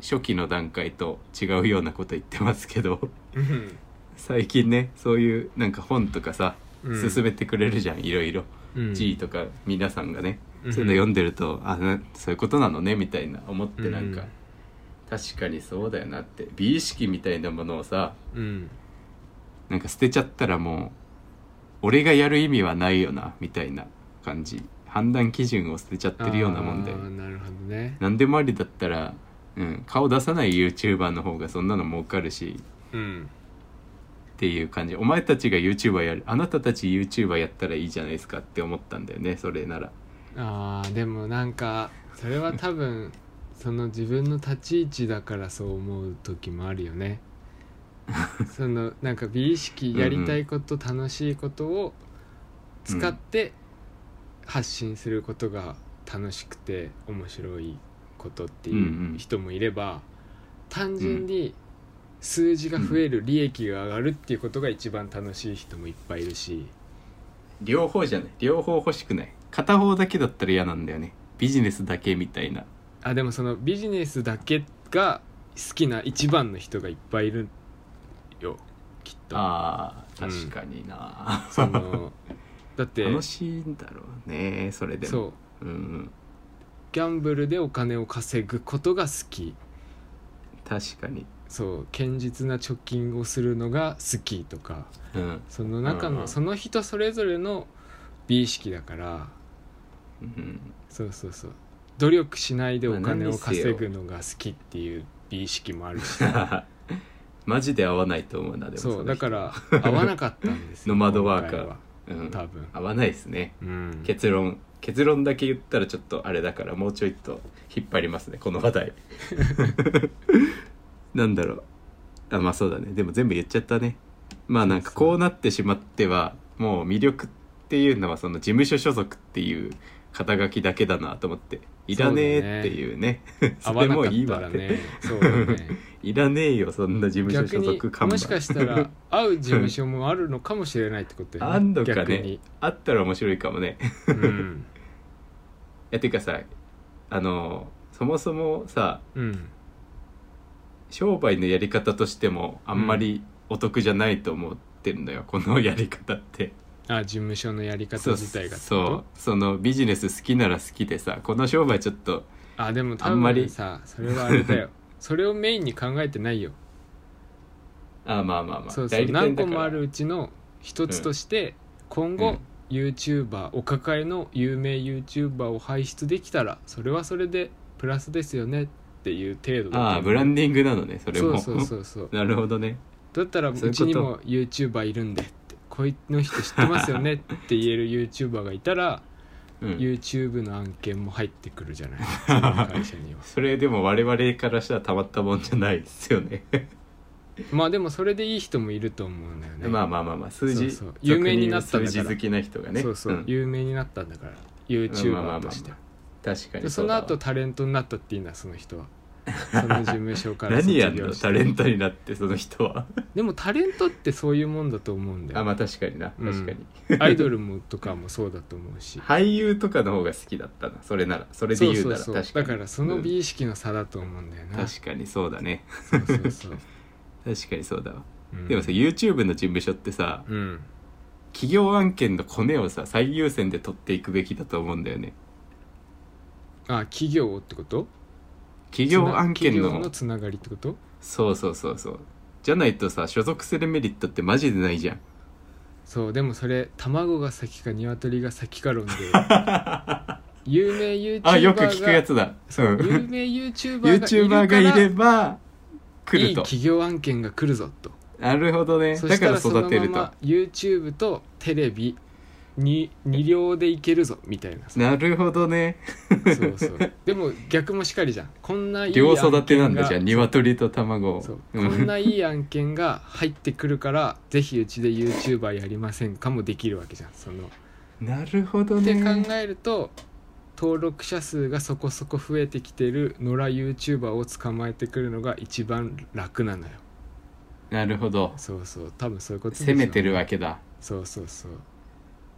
S1: 初期の段階と違うようなこと言ってますけど
S2: うん
S1: 最近ねそういうなんか本とかさ
S2: うん
S1: 進めてくれるじゃんいろいろ
S2: うん
S1: G とか皆さんがね
S2: うん
S1: そういうの読んでるとあなそういうことなのねみたいな思ってなんか
S2: うん
S1: 確かにそうだよなって美意識みたいなものをさ
S2: うん
S1: なんか捨てちゃったらもう俺がやる意味はないよなみたいな感じ判断基準を捨てちゃってるようなもんだよ
S2: あーなるほどね
S1: 何でもありだったら、うん、顔出さない YouTuber の方がそんなの儲かるし
S2: うん
S1: っていう感じお前たちが YouTuber やるあなたたち YouTuber やったらいいじゃないですかって思ったんだよねそれなら
S2: あーでもなんかそれは多分その自分の立ち位置だからそう思う時もあるよ *laughs* ねそのなんか美意識やりたいこと楽しいことを使って発信することが楽しくて面白いことって
S1: ん
S2: いううん人もいれば単純に数字が増える利益が上がるっていうことが一番楽しい人もいっぱいいるし
S1: 両方じゃない両方欲しくない片方だけだったら嫌なんだよねビジネスだけみたいな
S2: あでもそのビジネスだけが好きな一番の人がいっぱいいるよきっと
S1: あー
S2: う
S1: 確
S2: ん
S1: かにな、
S2: そのだって
S1: *laughs* 楽しいんだろうねそれでも
S2: そう
S1: う、んうん、
S2: ギャンブルでお金を稼ぐことが好き
S1: 確かに
S2: そう堅実な貯金をするのが好きとか
S1: うん
S2: その中
S1: うんう
S2: の
S1: ん
S2: その人それぞれの美意識だから
S1: うん
S2: そうそうそう努力しないでお
S1: まあ
S2: 金
S1: 何
S2: を
S1: にせよ
S2: 稼ぐのが好きっていう美意識もあ
S1: *laughs*
S2: るし
S1: マジで合わないと思うなでも
S2: そ
S1: の
S2: う
S1: 人 *laughs*
S2: だから合わなかったんですよ
S1: ノマドワーカー
S2: 今回は
S1: うん、
S2: 多分
S1: 合わないですね
S2: うん
S1: 結論結論だけ言ったらちょっとあれだからもうちょいと引っ張りますねこの話 *laughs* 題なんだろうあまあそうだねでも全部言っちゃったねまあなんかこうなってしまってはもう魅力っていうのはその事務所所属っていう肩書きだけだなと思っていらねえっていうね *laughs*
S2: 合
S1: そ
S2: わ
S1: れ
S2: なか
S1: も
S2: っ
S1: いい
S2: た
S1: わ
S2: ら
S1: って *laughs*
S2: ねそうだね
S1: いらねえよそんな事務所
S2: 逆
S1: 所
S2: に
S1: 属看板
S2: もしかしたら会う事務所もあるのかもしれないってことよね
S1: あんのかね
S2: 逆に、
S1: あったら面白いかもね *laughs*
S2: うん、
S1: いやてかさあのそもそもさ
S2: うん、
S1: 商売のやり方としてもあんまりお得じゃないと思ってるのよ、このやり方って
S2: あ事務所のやり方自体がってこと
S1: そうそのビジネス好きなら好きでさこの商売ちょっと
S2: あでも多
S1: あんまり
S2: 分さそれはあれ
S1: *laughs*
S2: だよそれをメインに考えてないよ
S1: あまあまあまあ
S2: そうそう
S1: だから
S2: 何個もあるうちの一つとして、今
S1: う
S2: 後
S1: ん
S2: YouTuber お抱えの有名 YouTuber を輩出できたらそれはそれでプラスですよねっていう程度だと思う
S1: ああブランディングなのねそれも
S2: そうそうそうそう
S1: *laughs* なるほどね
S2: だったらう
S1: そういうこと
S2: ちにも YouTuber いるんでってこいの人知ってますよねって言える YouTuber がいたら、
S1: うん
S2: YouTube の案件も入ってくるじゃ
S1: *laughs*
S2: ないその会社には
S1: それでも我々からしたらたまったもんじゃないですよね
S2: まあでもそれでいい人もいると思うんだよ
S1: *laughs*
S2: ね
S1: まあまあまあまあ数字
S2: そうそう有名になったんだか
S1: 俗言う
S2: ら
S1: 数字好きな人がね
S2: そうそう、
S1: ん
S2: 有名になったんだから
S1: まあまあまあ
S2: YouTuber
S1: まあ
S2: として、
S1: 確か
S2: で
S1: に
S2: そうの
S1: だわ
S2: 後タレントになったっていいんだその人はその事務所から卒
S1: *laughs* 何やん
S2: 業
S1: の
S2: して
S1: タレントになってその人は
S2: でもタレントってそういうもんだと思うんだ
S1: あ
S2: よ、
S1: まあ確かにな確かに、
S2: アイドルもとかもそうだと思うし
S1: 俳優とかの方が好きだったなそれならそれで言うなら
S2: そうそう
S1: 確
S2: そ
S1: か
S2: う
S1: に
S2: だからその美意識の差だと思うんだよ
S1: うん
S2: な、
S1: 確かにそうだね
S2: そうそうそう、
S1: 確かにそうだわ、
S2: *laughs* うん
S1: でもさ YouTube の事務所ってさ
S2: うん
S1: 企業案件のコネをさ最優先で取っていくべきだと思うんだよね
S2: あ企業ってこと
S1: 企業案件
S2: 企業
S1: の
S2: のつながりってこと
S1: そうそうそうそうじゃないとさ所属するメリットってマジでないじゃん
S2: そうでもそれ卵が先か鶏が先か
S1: *laughs*
S2: 論で有名 YouTuber が
S1: あよく聞くやつだう
S2: 有
S1: ん
S2: 名 YouTuber が
S1: YouTuber が
S2: いる
S1: い
S2: から
S1: れば来
S2: い
S1: る
S2: い
S1: と
S2: 企業案件が来るぞと
S1: なるほどね
S2: そ
S1: だ
S2: し
S1: から
S2: たらその
S1: 育て
S2: ま
S1: ると
S2: ま YouTube とテレビに二両でいけるぞみたいなさ
S1: なるほどね
S2: そう
S1: *laughs*
S2: そうでも逆もしかりじゃんこんないい
S1: 両育てなんだ
S2: 案
S1: じゃあ
S2: 件が
S1: 鶏と卵
S2: そうこ
S1: うん
S2: んないい案件が入ってくるからぜひうちで YouTuber やりませんかもできるわけじゃんその
S1: なるほど
S2: って
S1: ね
S2: 考えると登録者数がそこそこ増えてきてる野良 YouTuber を捕まえてくるのが一番楽なのよ
S1: なるほど
S2: そうそう多分そういうことでしょ
S1: 攻めてるわけだ
S2: そうそうそう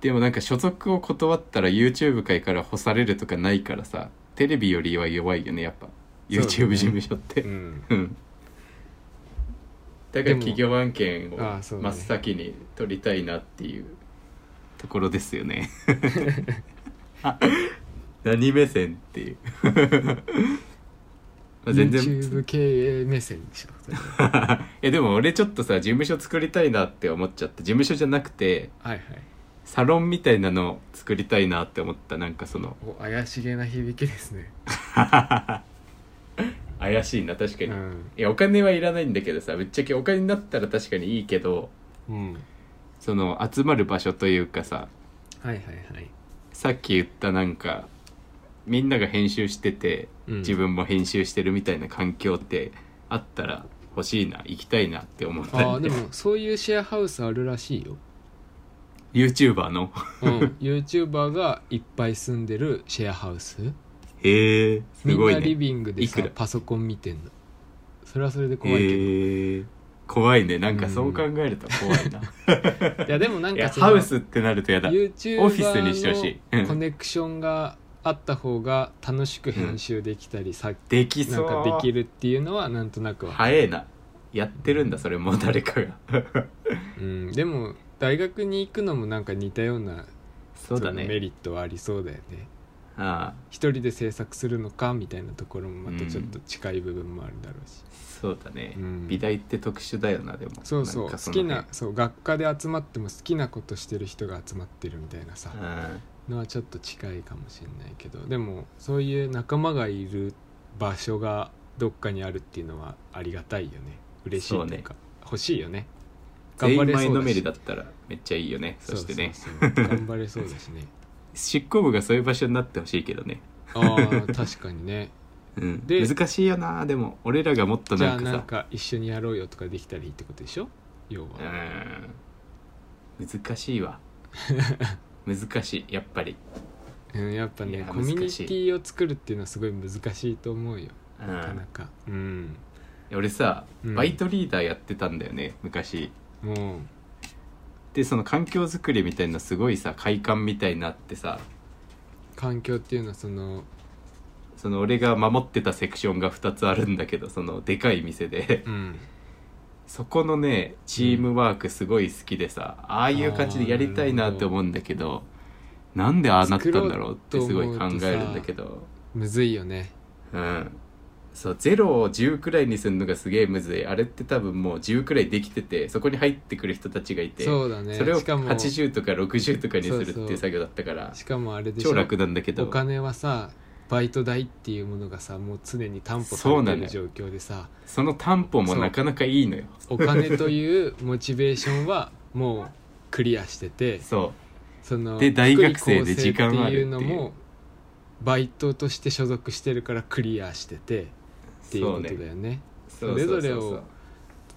S1: でもなんか所属を断ったら YouTube 界から干されるとかないからさテレビよりは弱いよねやっぱ
S2: そうだね
S1: YouTube 事務所って
S2: うん
S1: うんだか
S2: で
S1: ら
S2: も
S1: 企業案件を
S2: ああそうだ
S1: 真っ
S2: ね
S1: 先に取りたいなっていうところですよ
S2: *laughs*
S1: ね *laughs* 何目線っていう *laughs* まあ全然
S2: YouTube 経営目線でしょそれは
S1: えでも俺ちょっとさ事務所作りたいなって思っちゃった事務所じゃなくて
S2: はいはい
S1: サロンみたいなのを作りたいなって思ったなんかその
S2: お怪しげな響きですね
S1: 怪しいな確か
S2: う
S1: に、い
S2: ん
S1: やお金はいらないんだけどさぶっちゃけお金になったら確かにいいけど
S2: うん
S1: その集まる場所というかさ
S2: はいはいはい
S1: さっき言ったなんかみんなが編集してて
S2: うん
S1: 自分も編集してるみたいな環境ってあったら欲しいな行きたいなって思った
S2: ああ
S1: ん
S2: で
S1: で
S2: もそういうシェアハウスあるらしいよ
S1: *laughs* YouTuber の
S2: うん YouTuber がいっぱい住んでるシェアハウス
S1: へえす
S2: みん
S1: ごい
S2: な
S1: ね
S2: リビングでさ
S1: いくら
S2: パソコン見てんのそれはそれで怖いけど、
S1: へえ怖いねなんかそう考えると怖いな、
S2: いやでもなん
S1: いや
S2: かその
S1: ハウスってなるとやだ
S2: YouTuber
S1: オフィスにしてほしいうん
S2: のコネクションがあった方が楽しく編集できたりさ、
S1: でき
S2: な
S1: そ
S2: ん
S1: う
S2: かできるっていうのはなんとなくは、
S1: 早えなやってるんだそれもう誰かが
S2: うん、でも大学に行くのもなんか似たような
S1: そうだ
S2: *laughs* そのメ
S1: ね
S2: リットはありそうだよね
S1: ああ
S2: 一人で制作するのかみたいなところもまたちょっと近い部分もあるだろうし、
S1: そうだね、
S2: うん
S1: 美大って特殊だよなでも
S2: そうそ
S1: ん
S2: う
S1: か
S2: 好
S1: の
S2: きなそう学科で集まっても好きなことしてる人が集まってるみたいなさ、
S1: うん
S2: のはちょっと近いかもしれないけどでもそういう仲間がいる場所がどっかにあるっていうのはありがたいよね嬉しいというか欲しいよね
S1: 全
S2: 頑
S1: 員
S2: 張れ
S1: 前
S2: そう
S1: の
S2: だ
S1: めり
S2: し
S1: だったらめっちゃいいよねそしてね
S2: そうそうそう頑張れそうだ
S1: *laughs*
S2: しね
S1: 執行部がそういう場所になってほしいけどね、
S2: ああ確かにね
S1: うん、
S2: で
S1: 難しいよなでも俺らがもっと
S2: じ
S1: な
S2: ゃあ
S1: んか
S2: なん
S1: さ
S2: か一緒にやろうよとかできたらいいってことでしょ要は
S1: うん難し
S2: *laughs*
S1: いわ難しいやっぱり、
S2: うんやっぱ
S1: い
S2: ね
S1: や
S2: コミュ
S1: 難
S2: ニ
S1: しい
S2: ティを作るっていうのはすごい難しいと思うよ
S1: う、
S2: なかなんかうん
S1: 俺さ、
S2: うん
S1: バイトリーダーやってたんだよね昔
S2: もう
S1: でその環境づくりみたいなすごいさ快感みたいになってさ
S2: 環境っていうのはその
S1: その俺が守ってたセクションが2つあるんだけどそのでかい店で
S2: うん
S1: そこのねチームワークすごい好きでさ、ああいう感じでやりたいなって思うんだけどなんでああなったんだろうってすごい考えるんだけど
S2: むずいよね
S1: うんそう0を10くらいにするのがすげえむずいあれって多分もう10くらいできててそこに入ってくる人たちがいて
S2: そうだね
S1: それを
S2: しかも
S1: 80とか60とかにするって
S2: そう
S1: い
S2: そう
S1: う作業だったから
S2: しかもあれでしょ
S1: 超楽なんだけ
S2: お
S1: ど
S2: 金はさバイト代っていうものがさもう常に担保され
S1: そうなの
S2: て
S1: よ
S2: る状況でさ、
S1: その担保もなかなかいいのよ
S2: お金というモチベーションはもうクリアしてて
S1: そう
S2: その
S1: で大学生で
S2: 福利厚生っていうの
S1: 時間はある
S2: もバイトとして所属してるからクリアしててっていうことだよね
S1: そうね
S2: それぞれを
S1: そうそう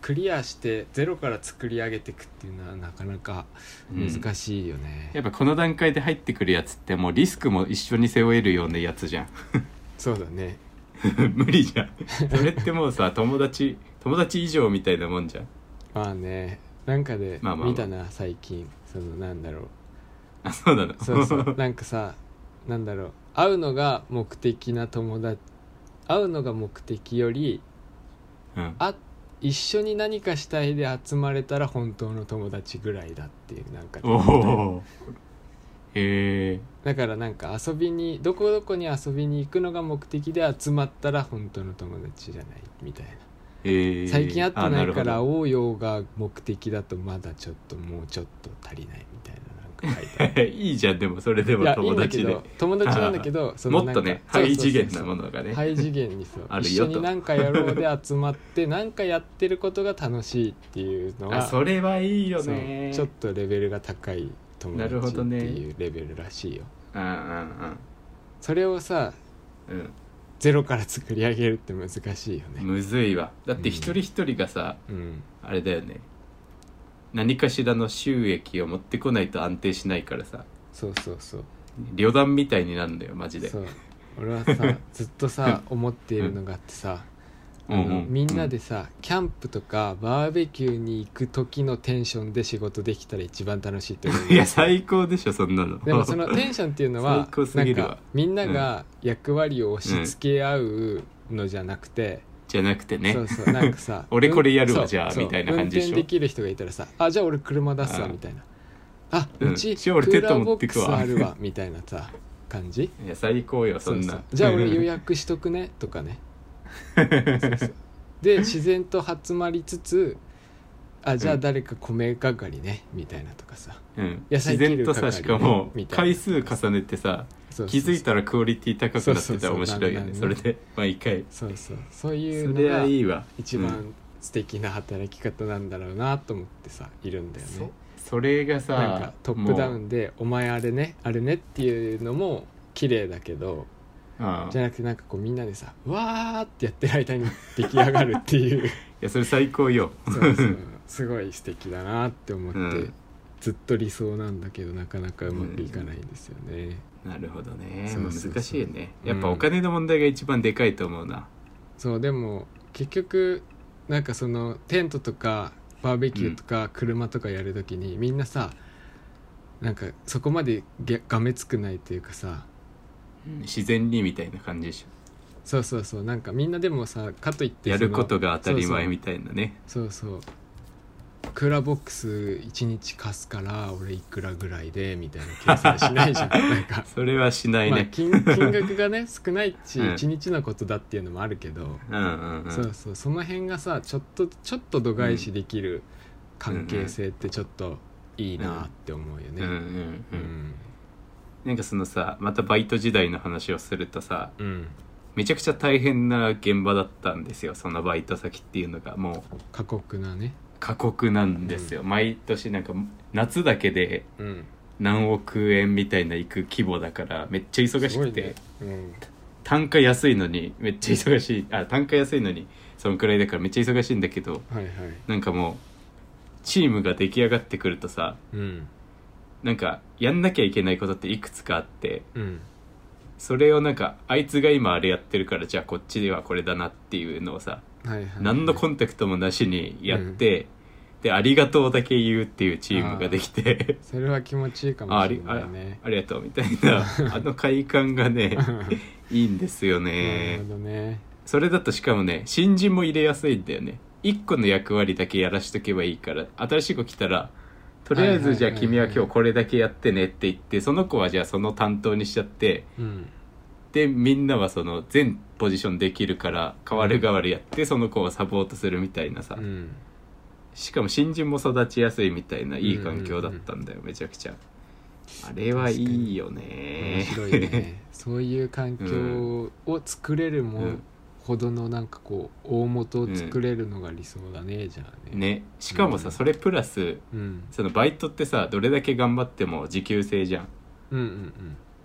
S2: クリアしてゼロから作り上げていくっていうのはなかなか
S1: そううん
S2: 難しいよね、
S1: やっぱこの段階で入ってくるやつってもうリスクも一緒に背負えるようなやつじゃん *laughs*
S2: そうだね
S1: 無理じゃんそれってもうさ友達友達以上みたいなもんじゃん
S2: まあねなんかで
S1: まあまあまあ
S2: 見たな最近そのなんだろう
S1: あそうなの
S2: そうそ
S1: *laughs*
S2: うなんかさなんだろう会うのが目的な友達会うのが目的より
S1: うん、
S2: あ一緒に何かしたいで集まれたら本当の友達ぐらいだっていうなんか
S1: おおへえ
S2: だからなんか遊びにどこどこに遊びに行くのが目的で集まったら本当の友達じゃないみたいな
S1: へえ
S2: 最近会ってないか
S1: あ
S2: ら
S1: るほど *laughs*
S2: 会おうよが目的だとまだちょっともうちょっと足りないみたいななんか書いてある
S1: いいじゃんでもそれ *laughs* で
S2: い
S1: も
S2: やいい
S1: 友
S2: んだけ
S1: 達で
S2: ど友達なんだけどそ
S1: も
S2: の
S1: っ
S2: なん
S1: と
S2: か
S1: ねハ
S2: そうそう
S1: イ
S2: そうそう
S1: 次元なものがね
S2: ハイ次元にそう
S1: ある
S2: 一緒
S1: よと
S2: に何かやろうで集まって何かやってることが楽しいっていう
S1: *laughs*
S2: の
S1: あ
S2: は
S1: それはいいよ
S2: そう
S1: ね
S2: ちょっとレベルが高い友
S1: なるほ
S2: 達
S1: ど
S2: って
S1: ね
S2: いうレベルらしいよ、
S1: うんうん
S2: それをさ
S1: うんうん
S2: ゼロから作り上げるって難しいよね
S1: むずいわだって一人一人がさ、
S2: うん
S1: あれだよね何かしらの収益を持ってこないと安定しないからさ
S2: そうそうそう
S1: 旅団みたいになるんだよマジで
S2: そう俺
S1: *laughs*
S2: はさずっとさ思っているのがあってさ、
S1: うんうん
S2: あのみんなでさキャンプとかバーベキューに行く時のテンションで仕事できたら一番楽しいと思う
S1: いや最高でしょそんなの
S2: でもそのテンションっていうのは
S1: 最高す
S2: な
S1: ぎ
S2: ん
S1: るわ
S2: かみんなが役割を押し付け合うのじゃなくて、
S1: *laughs* じゃなくてね
S2: そうそうなんかさ
S1: *laughs* 俺これやるわ
S2: うん
S1: じゃあ
S2: そう
S1: みたいな感じでしょ
S2: 運転できる人がいたらさ「あじゃあ俺車出すわ」
S1: うん
S2: みたいな「あ
S1: うん
S2: うちク
S1: じゃあ俺テ
S2: ー
S1: ント
S2: ラー
S1: 持
S2: ボ
S1: って
S2: ック
S1: く
S2: ス
S1: わ
S2: あるわ」みたいなさ感じ
S1: いや最高よそんな
S2: ううじゃあ俺
S1: *laughs*
S2: 予約しとくねとかねそうそうで自然と集まりつつあじゃあ誰か米係ねみたいなとかさ
S1: うん、
S2: 野
S1: 自
S2: 菜切
S1: 然
S2: る
S1: とさ
S2: 係
S1: しかも
S2: みたい
S1: 回
S2: な
S1: 数重ねてさ
S2: そうそうそう
S1: 気づいたらクオリティ高くなってたら面白いよねそ
S2: そうそうそう
S1: れで毎回
S2: そうそうそういう
S1: そ
S2: の
S1: れは
S2: が
S1: いいわ
S2: 一
S1: うん
S2: 番素敵な働き方なんだろうなと思ってさいるんだよ
S1: そ
S2: ね
S1: それがさ
S2: なんかトップダウ
S1: もう
S2: ンで「お前あれねあれね」っていうのも綺麗だけど
S1: ああ
S2: じゃなくてなんかこうみんなでさ「わー」ってやってる間に出来上がるっていう
S1: いやそれ最高よ
S2: そうそうすごい素敵だなって思って、
S1: うん
S2: ずっと理想なんだけどなかなかうまくいかないんですよね、
S1: なるほどね
S2: そうそうそう
S1: 難しいね
S2: うん
S1: やっぱお金の問題が一番でかいと思うな、
S2: そうでも結局なんかそのテントとかバーベキューとか車とかやるときに、みんなさなんかそこまでげがめつくないというかさ
S1: 自然にみたいな感じでし
S2: そうそうそうなんかみんなでもさかといっ
S1: ょ
S2: て
S1: やること
S2: が
S1: が当たり前
S2: そうそう
S1: みたいなね
S2: そうそうクーラーボックス1日貸すから俺いくらぐらいでみたいな計算しないじゃんなんか、
S1: それはしない
S2: まあ、
S1: ね、
S2: 金
S1: *laughs*
S2: 金額がね少ないし
S1: うん
S2: 1日のことだっていうのもあるけど、
S1: うんうんうん
S2: そうそうその辺がさちょっとちょっと度外視できる関係性ってちょっといいなって思うよ
S1: うんう
S2: ね。
S1: ん
S2: う
S1: うん
S2: ん
S1: なんかそのさまたバイト時代の話をするとさ
S2: うん
S1: めちゃくちゃ大変な現場だったんですよそのバイト先っていうのがもう
S2: 過酷なね。
S1: 過酷なんですよ、毎年なんか夏だけで
S2: うん、
S1: 何億円みたいな行く規模だからめっちゃ忙し
S2: すご
S1: く
S2: い
S1: て、
S2: ね。うん
S1: 単価安いのにめっちゃ忙しいあ単価安いのにそのくらいだからめっちゃ忙しいんだけど
S2: はいはい。
S1: なんかもうチームが出来上がってくるとさ
S2: うん
S1: なんかやんなきゃいけないことっていくつかあって
S2: うん
S1: それをなんかあいつが今あれやってるからじゃあこっちではこれだなっていうのをさ
S2: はいはい。
S1: 何のコンタクトもなしにやって、でありがとうだけ言うっていうチームができて
S2: それは気持ちいいか
S1: あ
S2: も
S1: あ
S2: しれ
S1: りあ
S2: ないね。
S1: ありがとうみたいなあの快感が
S2: *laughs*
S1: ねいいんですよ
S2: なる
S1: ね
S2: ほどね。
S1: それだとしかもね新人も入れやすいんだよね1個の役割だけやらしとけばいいから新しい子来たらとりあえ
S2: はいはいはいは
S1: ず
S2: い
S1: じゃあ君は今日これだけやってねって言ってその子はじゃあその担当にしちゃって
S2: うん
S1: でみんなはその全ポジションできるから代わる代わるやってその子をサポートするみたいなさ、
S2: うん
S1: しかも新人も育ちやすいみたいないい環境だったんだよ、めちゃくちゃあれはいいよ
S2: 面
S1: ね
S2: 白いね。 *laughs* そういう環境を作れる
S1: う
S2: も
S1: ん
S2: ほどのなんかこう大元を作れるのが理想だねじゃあね。
S1: ねしかもさ、
S2: うん
S1: それプラス
S2: うん
S1: そのバイトってさどれだけ頑張っても時給制じゃん
S2: うんうんうん。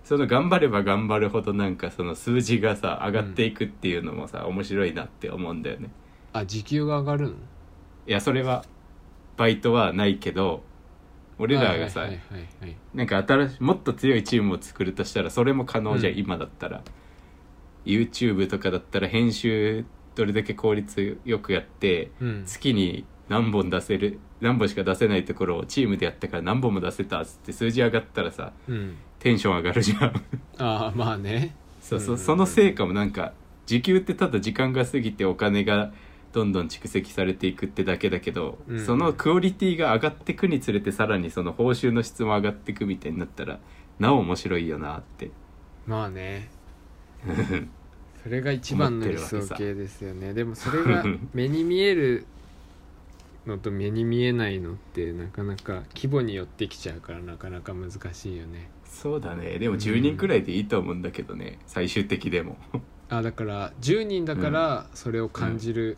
S1: その頑張れば頑張るほどなんかその数字がさ上がっていくっていうのもさ、面白いなって思うんだよね
S2: あ時給が上がるの
S1: いやそれはバイトはないけど俺らがさ、
S2: はいはいはいはい
S1: なんか新しいもっと強いチームを作るとしたらそれも可能じゃん、
S2: うん
S1: 今だったら YouTube とかだったら編集どれだけ効率よくやって
S2: うん
S1: 月に何本出せる何本しか出せないところをチームでやったから何本も出せたっつって数字上がったらさ
S2: うん
S1: テンション上がるじゃん
S2: ああまあね
S1: そうそう
S2: うん
S1: その成果もなんか時給ってただ時間が過ぎてお金がどんどん蓄積されていくってだけだけど、
S2: うん
S1: そのクオリティが上がってくにつれてさらにその報酬の質も上がってくみたいになったらなお面白いよなって
S2: まあねそれが一番の理想形ですよねでもそ
S1: *laughs*
S2: れが目に見えるのと目に見えないのってなかなか規模によってきちゃうからなかなか難しいよね
S1: そうだねでも10人くらいでいいと思うんだけどね、最終的でも
S2: あだから10人だからそれを感じる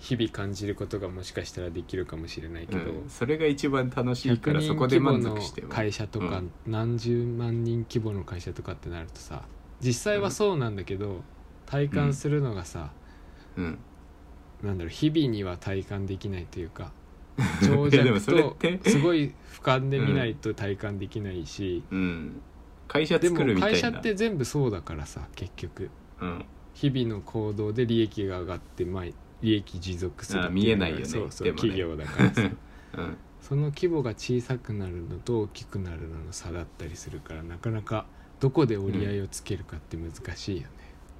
S2: 日々感じることがもしかしたらできるかもしれないけ
S1: う
S2: ど、
S1: ん、それが一番楽しいか
S2: 100
S1: ら
S2: 人
S1: そこ
S2: 規
S1: で
S2: 模
S1: 満
S2: の
S1: 足しては
S2: 会社とか、
S1: うん
S2: 何十万人規模の会社とかってなるとさ実際はそうなんだけど、体感するのがさ、
S1: うん、
S2: なんだろう日々には体感できないとい
S1: *laughs*
S2: うか長
S1: いやでも
S2: 尺
S1: それっ
S2: と
S1: て
S2: すごい俯瞰で見ないと体感できないし、
S1: うん、会社
S2: で
S1: 作る
S2: も
S1: みたいな
S2: 会社って全部そうだからさ結局
S1: うん、
S2: 日々の行動で利益が上がって、まあ、利益持続するって
S1: あ
S2: うのが
S1: 見えないよね
S2: そうそう、
S1: でもね
S2: 企業だからさ
S1: *laughs* うん、
S2: その規模が小さくなるのと大きくなるのの差だったりするからなかなかどこで折り合いをつけるかって難しいよね、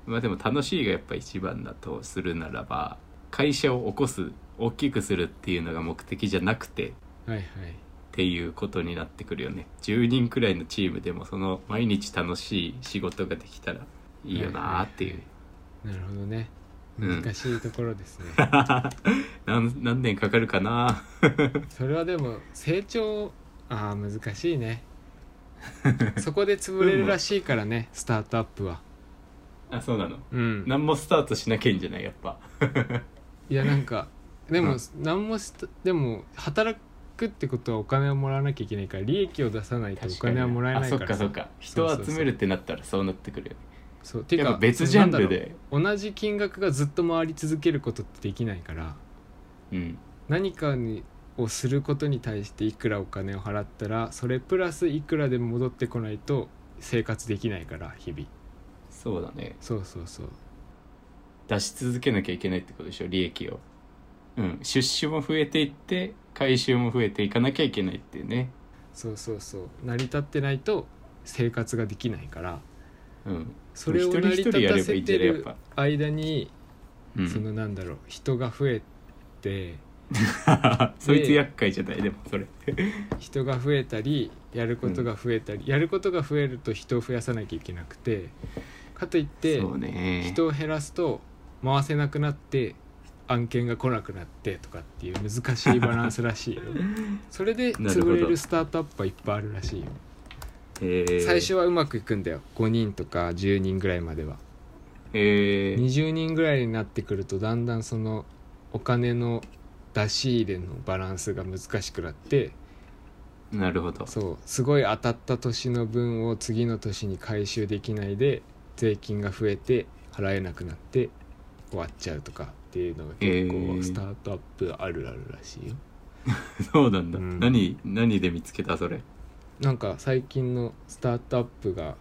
S1: まあでも楽しいがやっぱ一番だとするならば会社を起こす大きくするっていうのが目的じゃなくてっ
S2: はいはい
S1: ていうことになってくるよね10人くらいのチームでもその毎日楽しい仕事ができたらいいよなーっていう、
S2: なるほどね
S1: うん
S2: 難しいところですね、
S1: 何何年かかるかな
S2: *laughs* それはでも成長ああ難し
S1: *laughs*
S2: いねそこで潰れるらしいからねスタートアップは
S1: あそうなの
S2: うん
S1: 何もスタートしなきゃいいんじゃないやっぱ
S2: いやなんかで
S1: う
S2: も
S1: ん
S2: 何もしたでも働くってことはお金をもらわなきゃいけないから利益を出さないとお金はもらえないか
S1: あそ
S2: ら
S1: っかそっか人を集めるってなったらそうなってくるよね
S2: そうていう
S1: やっ
S2: か
S1: ぱ別ジャンル
S2: なんだ
S1: で
S2: ろう同じ金額がずっと回り続けることってできないから
S1: うん
S2: 何かにをすることに対していくらお金を払ったらそれプラスいくらでも戻ってこないと生活できないから日々
S1: そうだね
S2: そうそうそう
S1: 出し続けなきゃいけないってことでしょ利益をうん出資も増えていって回収も増えていかなきゃいけないっていうね
S2: そうそうそう成り立ってないと生活ができないから
S1: うん
S2: それを
S1: 一
S2: 成
S1: 人
S2: り
S1: 一
S2: 立
S1: 人や
S2: た
S1: ればい
S2: せ
S1: いんじ
S2: て
S1: ゃないやっ
S2: る
S1: ぱ、
S2: 間に
S1: う
S2: その
S1: ん、
S2: なんだろう人が増えて
S1: *laughs* そいつ厄介じゃないでもそれ
S2: 人が増えたりやることが増えたり、やることが増えると人を増やさなきゃいけなくてかといって
S1: そうね
S2: 人を減らすと回せなくなって案件が来なくなってとかっていう難しいバランスらしいよ
S1: *laughs*
S2: それで
S1: なるほど
S2: 潰れるスタートアップはいっぱいあるらしいよ
S1: えー、
S2: 最初はうまくいくんだよ5人とか10人ぐらいまでは
S1: えー、
S2: 20人ぐらいになってくるとだんだんそのお金の出し入れのバランスが難しくなって
S1: なるほど
S2: そうすごい当たった年の分を次の年に回収できないで税金が増えて払えなくなって終わっちゃうとかっていうのが結
S1: えー
S2: 構スタートアップあるあるらしいよ、
S1: そうなんだ、
S2: うん
S1: 何何で見つけたそれ
S2: なんか最近のスタートアップが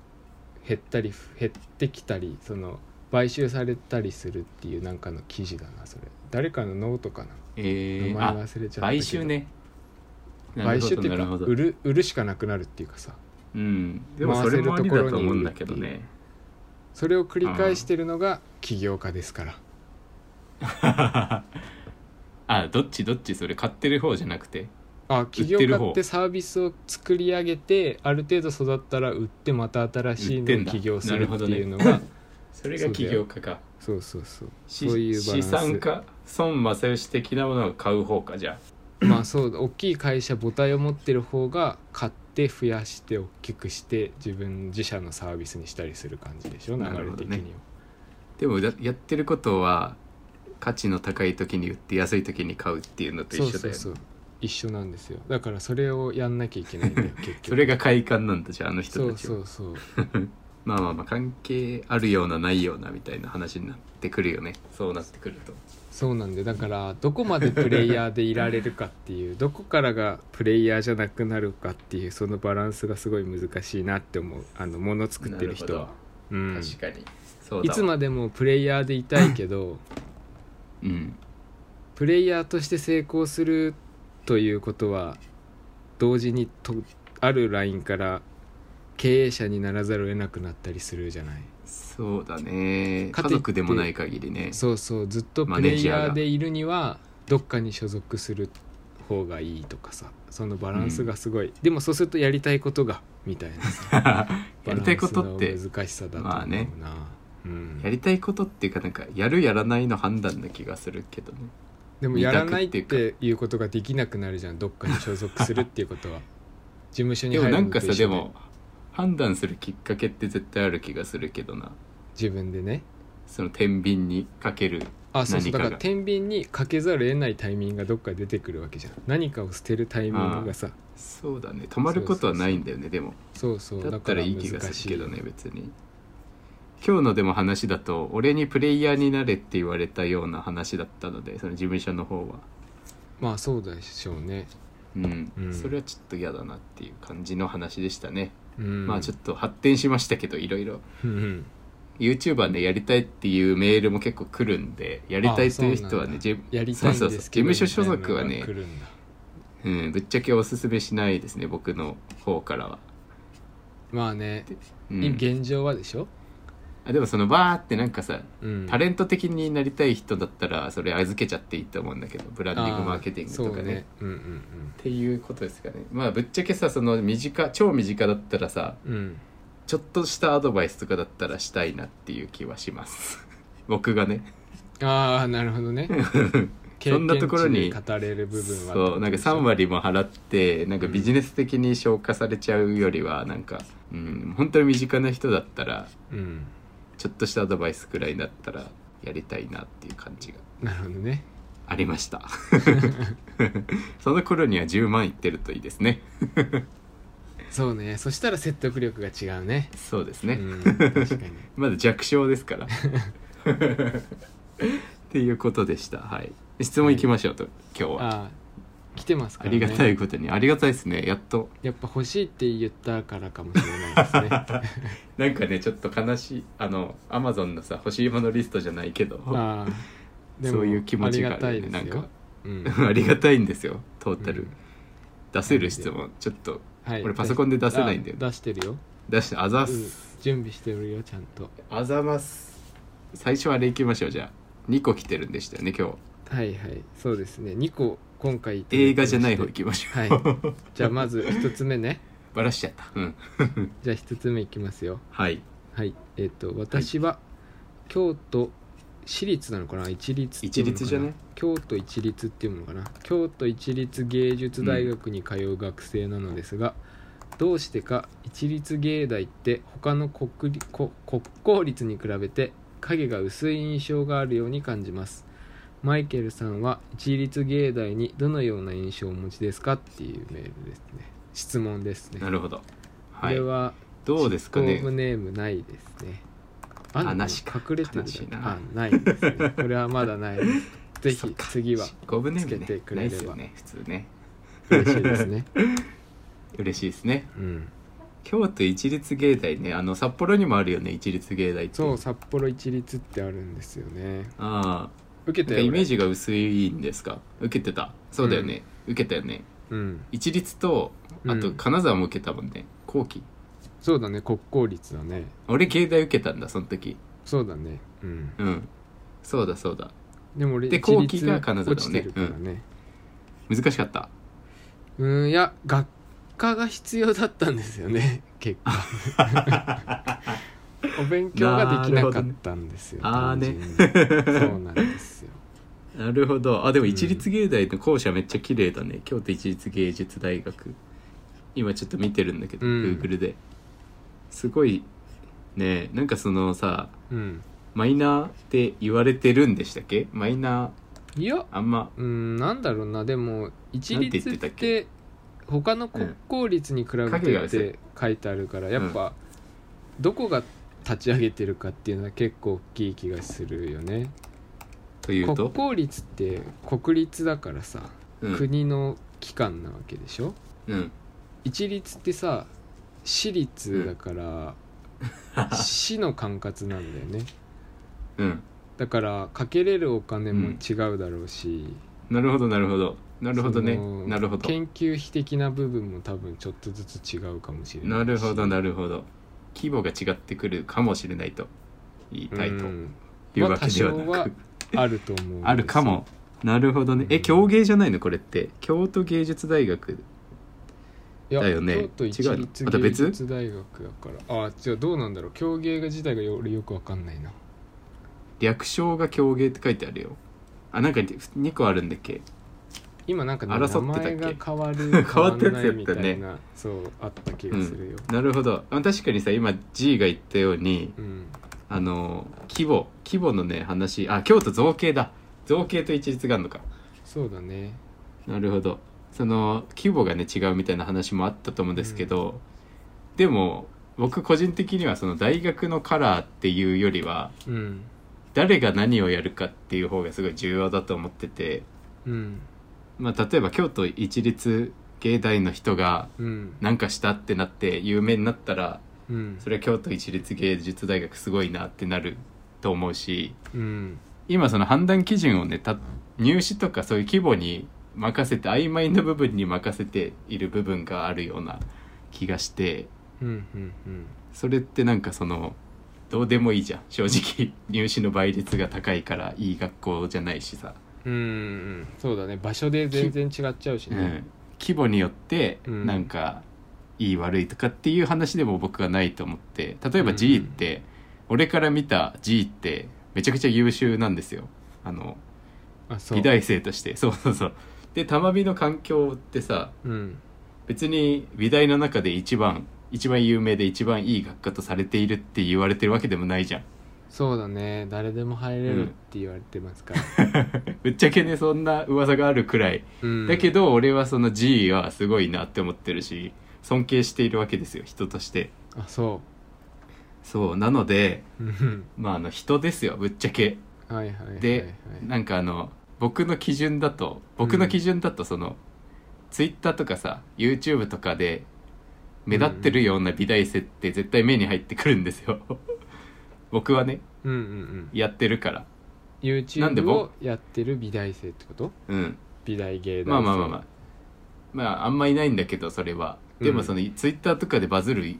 S2: 減ったり減ってきたりその買収されたりするっていうなんかの記事だなそれ誰かのノートかな名
S1: え
S2: 前
S1: ー、あ
S2: 忘れちゃったけど
S1: 買収ねなる
S2: 買
S1: ほ
S2: 収っ
S1: ど
S2: てい
S1: な
S2: う
S1: る
S2: か
S1: ほど
S2: 売る売るしかなくなるっていうかさ
S1: うんでもそれもありだと思うんだけどね
S2: それを繰り返してるのが起業家ですから、
S1: *laughs* あどっちどっちそれ買ってる方じゃなくて
S2: あ起
S1: 売っ
S2: 業
S1: てる
S2: 家
S1: 方
S2: ってサービスを作り上げてある程度育ったら売ってまた新しい
S1: 売って
S2: の
S1: ん
S2: を
S1: だ
S2: 起業するっていうの
S1: なる
S2: が、
S1: ほ *laughs* それが起業家か
S2: *laughs* そうそうそう
S1: し
S2: そういうバラ
S1: 資
S2: ンス
S1: 産家孫正義的なものを買う方かじゃ
S2: まあそう大きい会社母体を持ってる方が買って増やして大きくして自分自社のサービスにしたりする感じでしょ流
S1: なる
S2: れ
S1: ほど
S2: 的
S1: ね
S2: には、
S1: あでもだやってることは価値の高い時に売って安い時に買うっていうのと一
S2: そう
S1: 緒だよね
S2: そ
S1: そう
S2: そう一緒なんですよだからそれをやんなきゃいけないんだ
S1: *laughs*
S2: よ結局
S1: れが快感なんだじゃああの人
S2: そ
S1: た
S2: う
S1: ちは
S2: そうそう
S1: まあまあまあ関係あるようなないようなみたいな話になってくるよねそうなってくると
S2: そうなんでだからどこまでプレイヤーでいられるかっ
S1: *laughs*
S2: ていうどこからがプレイヤーじゃなくなるかっていうそのバランスがすごい難しいなって思うあのもの作ってる人は
S1: なほ
S2: うん
S1: ど確かに、そう
S2: い
S1: だわ
S2: つまでもプレイヤーでいたいけど
S1: うん
S2: プレイヤーとして成功するということは同時にとあるラインから経営者にならざるを得なくなったりするじゃない
S1: そうだね
S2: か
S1: 家
S2: といって
S1: 族でもない限りね
S2: そうそうずっと
S1: マ
S2: プ
S1: ネ
S2: レ
S1: ー
S2: イ
S1: ジャーが
S2: ヤーでいるにはどっかに所属する方がいいとかさそのバランスがすごい、でもそうするとやりたいことがみたいなさ
S1: *laughs* やりたいことっ
S2: バラ
S1: て
S2: ンスの難しさだと思うな、
S1: まあね
S2: うん
S1: やりたいことっていうかなんかやるやらないの判断な気がするけどね
S2: でもやらないっ
S1: 二択ってい
S2: ていうことができなくなるじゃんどっかに所属するっていうこ
S1: *laughs*
S2: とは事務所に
S1: でも
S2: 入
S1: な
S2: る
S1: ん
S2: のと
S1: か
S2: 一緒
S1: さ
S2: で
S1: でも判断するきっかけって絶対ある気がするけどな
S2: 自分でね
S1: その天秤にかける
S2: あそうそ
S1: 何
S2: う
S1: か
S2: だ
S1: が
S2: から天秤にかけざるを得ないタイミングがどっかで出てくるわけじゃん何かを捨てるタイミングがさ
S1: そうだね止まることはないんだよねでも
S2: そうそう
S1: だったらいい気が
S2: だから難
S1: す
S2: し
S1: るけどね別に今日のでも話だと俺にプレイヤーになれって言われたような話だったのでその事務所の方は
S2: まあそうでしょうね、
S1: うん、
S2: うん
S1: それはちょっと嫌だなっていう感じの話でしたね、
S2: うん、
S1: まあちょっ
S2: っ
S1: と発展しましたけどいろいろ
S2: と、うん、
S1: YouTuber でやりたいっていうメールも結構来るんでやりたいという人はね
S2: あ
S1: じゅ
S2: そうなんだやりたいん
S1: そうそうそう
S2: ですけど
S1: 事務所所属はね
S2: みたいなのが来るんだ
S1: うん、ぶっちゃけおすすめしないですね僕の方からは、
S2: まあね、
S1: うん
S2: 現状はでしょ、
S1: あでもそのバーってなんかさ
S2: うん、
S1: タレント的になりたい人だったらそれ預けちゃっていいと思うんだけどブランディングマーケティングとか
S2: あーそう
S1: ね
S2: ねうんうん
S1: っていうことですかねまあぶっちゃけさその身近超身近だったらさ
S2: うんうん
S1: ちょっとしたアドバイスとかだったらしたいなっていう気はします僕がね
S2: ああなるほどね
S1: *laughs* そんなところに
S2: 経験値で語れる部分は
S1: そうなんか3割も払ってなんか
S2: うん
S1: ビジネス的に消化されちゃうよりはなんか、うん、本当に身近な人だったら
S2: うん
S1: ちょっとしたアドバイスくらいだったらやりたいなっていう感じが
S2: なるほどね
S1: ありま
S2: *laughs*
S1: した *laughs* その頃には10万いってるといいですね
S2: そうねそしたら説得力が違うね
S1: そうですね、
S2: うん、確かに
S1: *laughs* まだ弱小ですから *laughs* っていうことでしたはい質問いきましょうと、今日は
S2: ああ来てますか
S1: あ
S2: ら、
S1: り
S2: ね、
S1: がたいことにありがたいですねやっと
S2: やっぱ欲しいって言ったからかもしれないです
S1: *laughs*
S2: ね
S1: なんかねちょっと悲しいあのアマゾンのさ欲しいものリストじゃないけど
S2: ああでも
S1: そういう気持ちがあ
S2: あ
S1: る
S2: り
S1: よね
S2: がたいですよ
S1: なんか
S2: うん、
S1: *laughs* ありがたいんですよトータル、
S2: うん
S1: 出せる質問ちょっと
S2: はい、
S1: 俺パソコンで出せないんだよ
S2: あ出してるよ、
S1: 出してあざっ
S2: うん
S1: す、
S2: 準備してるよちゃんと
S1: あざます最初あれいきましょうじゃあ2個来てるんでしたよね今日
S2: はいはいそうですね2個今回いただきまし
S1: 映
S2: て
S1: 画じゃない方いきましょう、
S2: はじゃあまず1つ目ね
S1: *laughs*
S2: *laughs*
S1: バラしちゃったうん
S2: じゃあ1つ目いきますよ
S1: はい
S2: はいえっ、と私は京都市立なのかな一律っていうのか
S1: 一律じゃない
S2: 京都一律っていうのかな京都一律芸術大学に通う学生なのですが、どうしてか一律芸大って他の国立こ国公立に比べて影が薄い印象があるように感じますマイケルさんは一律芸大にどのような印象をお持ちですかっていうメールですね質問ですね
S1: なるほど
S2: こ
S1: はい
S2: れは
S1: どうですかね
S2: 執行部ネームないですね。
S1: あ
S2: んの
S1: なしか
S2: 隠れてる
S1: 悲しいな
S2: あ、ないですね。これはまだないです。
S1: *laughs* そっ
S2: ぜひ
S1: か
S2: 次は
S1: ゴブネームね
S2: つけてく
S1: ない
S2: れれば
S1: ですよね普通ね
S2: 嬉しいで
S1: *laughs*
S2: すね。
S1: 嬉しいですね
S2: うん。
S1: 京都一律芸大ねあの札幌にもあるよね一律芸大って
S2: そう、札幌一律ってあるんですよね。
S1: ああ
S2: 受
S1: な
S2: けた
S1: んか
S2: よ。
S1: イメー
S2: ジ。
S1: ジが薄いんですか受けてたそうだよね、受けたよね
S2: うん。
S1: 一律とあと
S2: うん
S1: 金沢も受けたもんね後期
S2: そうだね。国公立だね。
S1: 俺芸大受けたんだその時
S2: そうだね。うん。
S1: うんそうだそうだ
S2: でも俺
S1: で
S2: 一律
S1: 後期が金沢だも
S2: 落ち
S1: んね
S2: てるからね。
S1: 難しかった
S2: うん、いや学科が必要だったんですよね。 *laughs* 結
S1: *laughs*
S2: 果。お勉強ができなかったんですよ。
S1: なるほどね
S2: 単純にそうなんですよ。
S1: なるほどあでも一律芸大の校舎めっちゃ綺麗だね、京都一律芸術大学今ちょっと見てるんだけど、
S2: うん
S1: Google ですごいねなんかそのさ
S2: うん。
S1: マイナーって言われてるんでしたっけマイナー
S2: いや、
S1: あんま
S2: うん、なんだろうな、でも、一
S1: なんて言
S2: 律
S1: っ
S2: って
S1: たってけ
S2: 他の国公立に比べ
S1: 影
S2: て
S1: が
S2: っ
S1: 薄い
S2: て書いてあるから、やっぱ、どこが立ち上げてるかっていうのは結構大きい気がするよね。
S1: という
S2: 国
S1: と、
S2: 公立って国立だからさ、
S1: うん
S2: 国の機関なわけでしょ
S1: うん、
S2: 一律ってさ、私立だから、市の管轄なんだよね。
S1: うん、
S2: だから、かけれるお金も違うだろうし、
S1: なるほどなるほどなるほどね
S2: その
S1: なるほど
S2: 研究費的な部分も多分ちょっとずつ違うかもしれない
S1: なるほどな
S2: る
S1: るほど規模が違ってくるかもしれないと言いたいという
S2: まあ
S1: わけではなく、
S2: 多少はあると思うんですよ
S1: あるかもなるほどねえ
S2: うん
S1: 競芸じゃないのこれって京都芸術大学
S2: いや
S1: だよね
S2: 京都一
S1: 違うの
S2: 律
S1: また
S2: 芸
S1: 別
S2: 術大学だからあじゃあどうなんだろう競芸が自体がよ俺よくわかんないな
S1: 略称が競芸って書いてあるよあなんか2個あるんだっけ
S2: 今なんか、ね、名
S1: 争ってたっけ
S2: 前が変わ
S1: *laughs*
S2: る
S1: 変わったやつやったね
S2: 変わんないみたいなそうあった気がするよ
S1: なるほどあ確かにさ今 G が言ったように
S2: うん、
S1: ああの規模規模のね話あ京都造形だ造形と一律があるのか
S2: そうだね
S1: なるほどその規模がね違うみたいな話もあったと思うんですけど、でも僕個人的にはその大学のカラーっていうよりは
S2: うん
S1: 誰が何をやるかっていう方がすごい重要だと思ってて、
S2: うん
S1: まあ、例えば京都一律芸大の人が
S2: うん
S1: なんかしたってなって有名になったら
S2: うん
S1: それは京都一律芸術大学すごいなってなると思うし
S2: うん
S1: 今その判断基準をねた入試とかそういう規模に任せて曖昧な部分に任せている部分があるような気がして
S2: うんうんうん
S1: それってなんかそのどうでもいいじゃん *laughs* 正直入試の倍率が高いからいい学校じゃないしさ、
S2: うんうんそうだね場所で全然違っちゃうし
S1: う
S2: ね
S1: ん、規模によって
S2: うん
S1: なんかいい悪いとかっていう話でも僕はないと思って例えば G って、俺から見た G ってめちゃくちゃ優秀なんですよあの
S2: あそう
S1: 美大生としてそうそうそうで玉美の環境ってさ
S2: うん
S1: 別に美大の中で一番一番有名で一番いい学科とされているって言われてるわけでもないじゃん *laughs*
S2: そうだね誰でも入れるって言われてま
S1: *laughs*
S2: すから、
S1: ぶっちゃけねそんな噂があるくらい
S2: うん
S1: だけど俺はその G はすごいなって思ってるし尊敬しているわけですよ人として
S2: あそ
S1: そうなので
S2: う
S1: *laughs*
S2: うん
S1: まああの人ですよぶっちゃけ
S2: はいはいはいはい
S1: でなんかあの僕の基準だと僕の基準だとその、ツイッターとかさ YouTube とかで目立ってるような美大生って絶対目に入ってくるんですよ *laughs* 僕はね
S2: うんうんうん
S1: やってるから
S2: YouTube
S1: なんで僕
S2: をやってる美大生ってこと
S1: うん
S2: 美大芸大生
S1: まあまあまあまあまああんまいないんだけどそれはで
S2: う
S1: も
S2: ん
S1: そのツイッターとかでバズる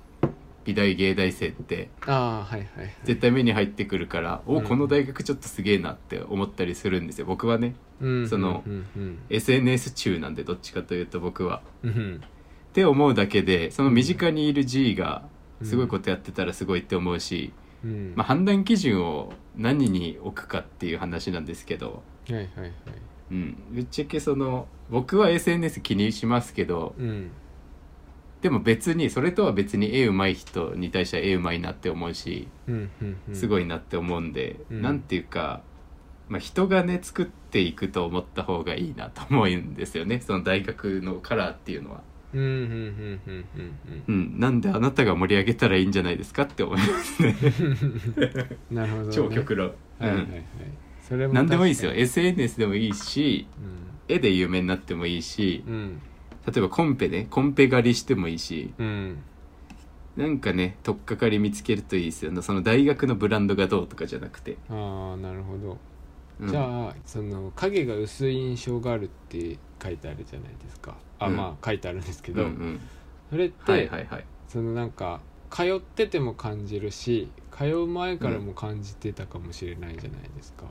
S1: 美大芸大生って
S2: ああはいはいはい
S1: 絶対目に入ってくるから、
S2: う
S1: お
S2: ん
S1: この大学ちょっとすげえなって思ったりするんですよ僕はね
S2: うん
S1: その
S2: うんうん、
S1: SNS 中なんでどっちかというと僕は
S2: うんうん
S1: って思うだけでその身近にいる G がすごいことやってたらすごいって思うし、
S2: うん
S1: まあ、判断基準を何に置くかっていう話なんですけど、
S2: はいはいはい
S1: うん、ぶっちゃけその僕は SNS 気にしますけど
S2: うん
S1: でも別にそれとは別に絵うまい人に対しては絵うまいなって思うし
S2: うんうんうん
S1: すご
S2: い
S1: いなって思うんで、
S2: うん
S1: なんていうか、まあ、人がね作っていくと思った方がいいなと思うんですよねその大学のカラーっていうのは。
S2: うんうんうんうんうん
S1: うん、なんであなたが盛り上げたらいいんじゃないですかって思いますね。
S2: うんなるほど、ね、
S1: 超極論、
S2: はいはいは
S1: う
S2: い
S1: ん
S2: それも
S1: 何でもいいですよ
S2: 確かに
S1: SNS でもいいし絵で有名になってもいいし
S2: うん
S1: 例えばコンペねコンペ狩りしてもいいし
S2: うんうん
S1: なんかね取っかかり見つけるといいですよねその大学のブランドがどうとかじゃなくて、
S2: ああなるほど、
S1: うん
S2: じゃあその影が薄い印象があるって書いてあるじゃないですかあ、
S1: うん
S2: まあ書いてあるんですけ
S1: うんう
S2: ど、
S1: ん、
S2: それって、
S1: はいはいはい
S2: そのなんか通ってても感じるし通う前からも感じてたかもしれないじゃないですか、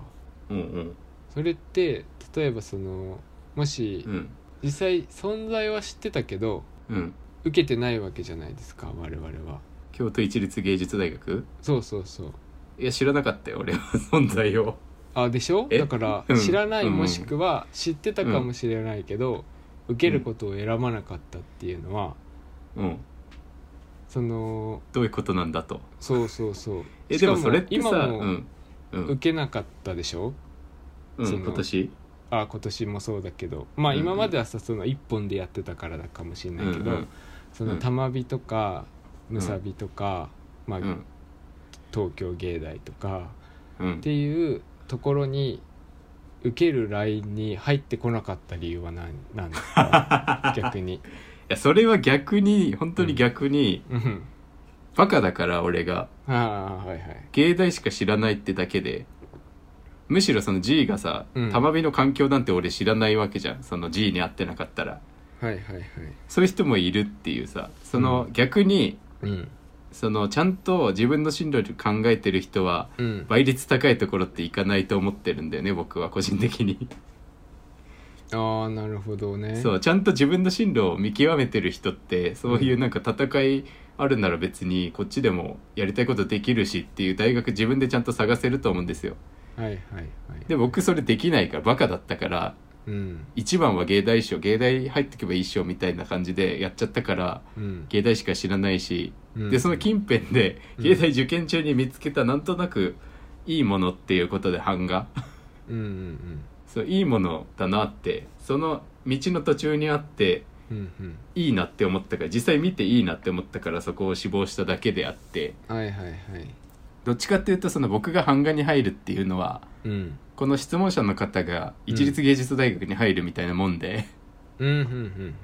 S1: うんうん
S2: それって例えばそのもし
S1: うん
S2: 実際存在は知ってたけど
S1: うん
S2: 受けてないわけじゃないですか我々は
S1: 京都一律芸術大学
S2: そうそうそう
S1: いや知らなかったよ俺は存在を
S2: あでしょ
S1: え
S2: だから
S1: うん
S2: 知らない
S1: うん
S2: もしくは知ってたかもしれないけど、受けることを選ばなかったっていうのは
S1: うん
S2: その
S1: どういうことなんだと
S2: そうそうそう
S1: *laughs* え
S2: し
S1: で
S2: か
S1: もそれってさ
S2: 今
S1: う
S2: も
S1: んうん
S2: 受けなかったでしょ、
S1: うん
S2: その
S1: 今年
S2: あ今年もそうだけどまあ
S1: うんうん
S2: 今まではさその一本でやってたからかもしれないけど、
S1: うんうん
S2: そうの
S1: ん
S2: 玉火とかむさびとか、まあ
S1: うん
S2: 東京芸大とか
S1: うん
S2: っていうところに受けるラインに入ってこなかった理由は何
S1: *laughs*
S2: なんですか逆に。
S1: いやそれは逆に本当に逆に、
S2: うん
S1: バカだから俺が
S2: ああはいはい。
S1: 芸大しか知らないってだけでむしろその G がさ、
S2: うん
S1: 玉美の環境なんて俺知らないわけじゃんその G に合ってなかったら
S2: はいはいはい。
S1: そういう人もいるっていうさその
S2: う
S1: 逆に、
S2: うん。
S1: そのちゃんと自分の進路で考えてる人は
S2: うん、
S1: 倍率高いところっていかないと思ってるんだよね僕は個人的に
S2: ああなるほどね。
S1: そうちゃんと自分の進路を見極めてる人ってそういうなんか戦いあるなら別にこっちでもやりたいことできるしっていう大学自分でちゃんと探せると思うんですよ
S2: はいはいはい。
S1: で僕それできないからバカだったから
S2: うん
S1: 一番は芸大師匠芸大入ってけばいいっしょみたいな感じでやっちゃったから
S2: うん
S1: 芸大しか知らないし、
S2: うん
S1: でその近辺で
S2: うん
S1: 芸大受験中に見つけたなんとなくいいものっていうことで版画
S2: うんうん
S1: そういいものだなってその道の途中にあって
S2: うんうんうん
S1: いいなって思ったから実際見ていいなって思ったからそこを志望しただけであって
S2: はいはいはい
S1: どっちかっていうとその僕が版画に入るっていうのは
S2: うん
S1: この質問者の方が
S2: うん
S1: 一律芸術大学に入るみたいなもんで、
S2: うんうんうんうん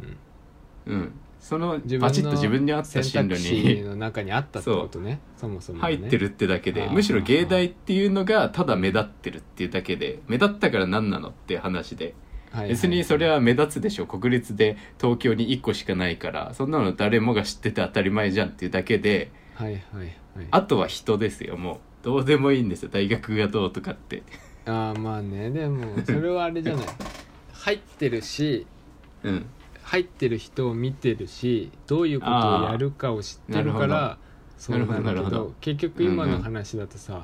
S1: うん、その
S2: 自分の
S1: バチッと自分に合った進路
S2: 選択肢
S1: に
S2: の中にあったってことねそもそもね
S1: 入ってるってだけで、
S2: あー
S1: むしろ芸大っていうのがただ目立ってるっていうだけで目立ったから何なのって話で
S2: はいはい
S1: 別にそれは目立つでしょ国立で東京に1個しかないからそんなの誰もが知ってて当たり前じゃんっていうだけで
S2: はいはいはい
S1: あとは人ですよもうどうでもいいんですよ大学がどうとかって
S2: あーまあねでもそれはあれじゃない入ってるし
S1: うん
S2: 入ってる人を見てるしどういうことをやるかを知ってるか
S1: あーな
S2: らそうなん
S1: な
S2: だ
S1: る
S2: け
S1: ほどなるほ
S2: ど
S1: ど
S2: 結局今の話だとさ、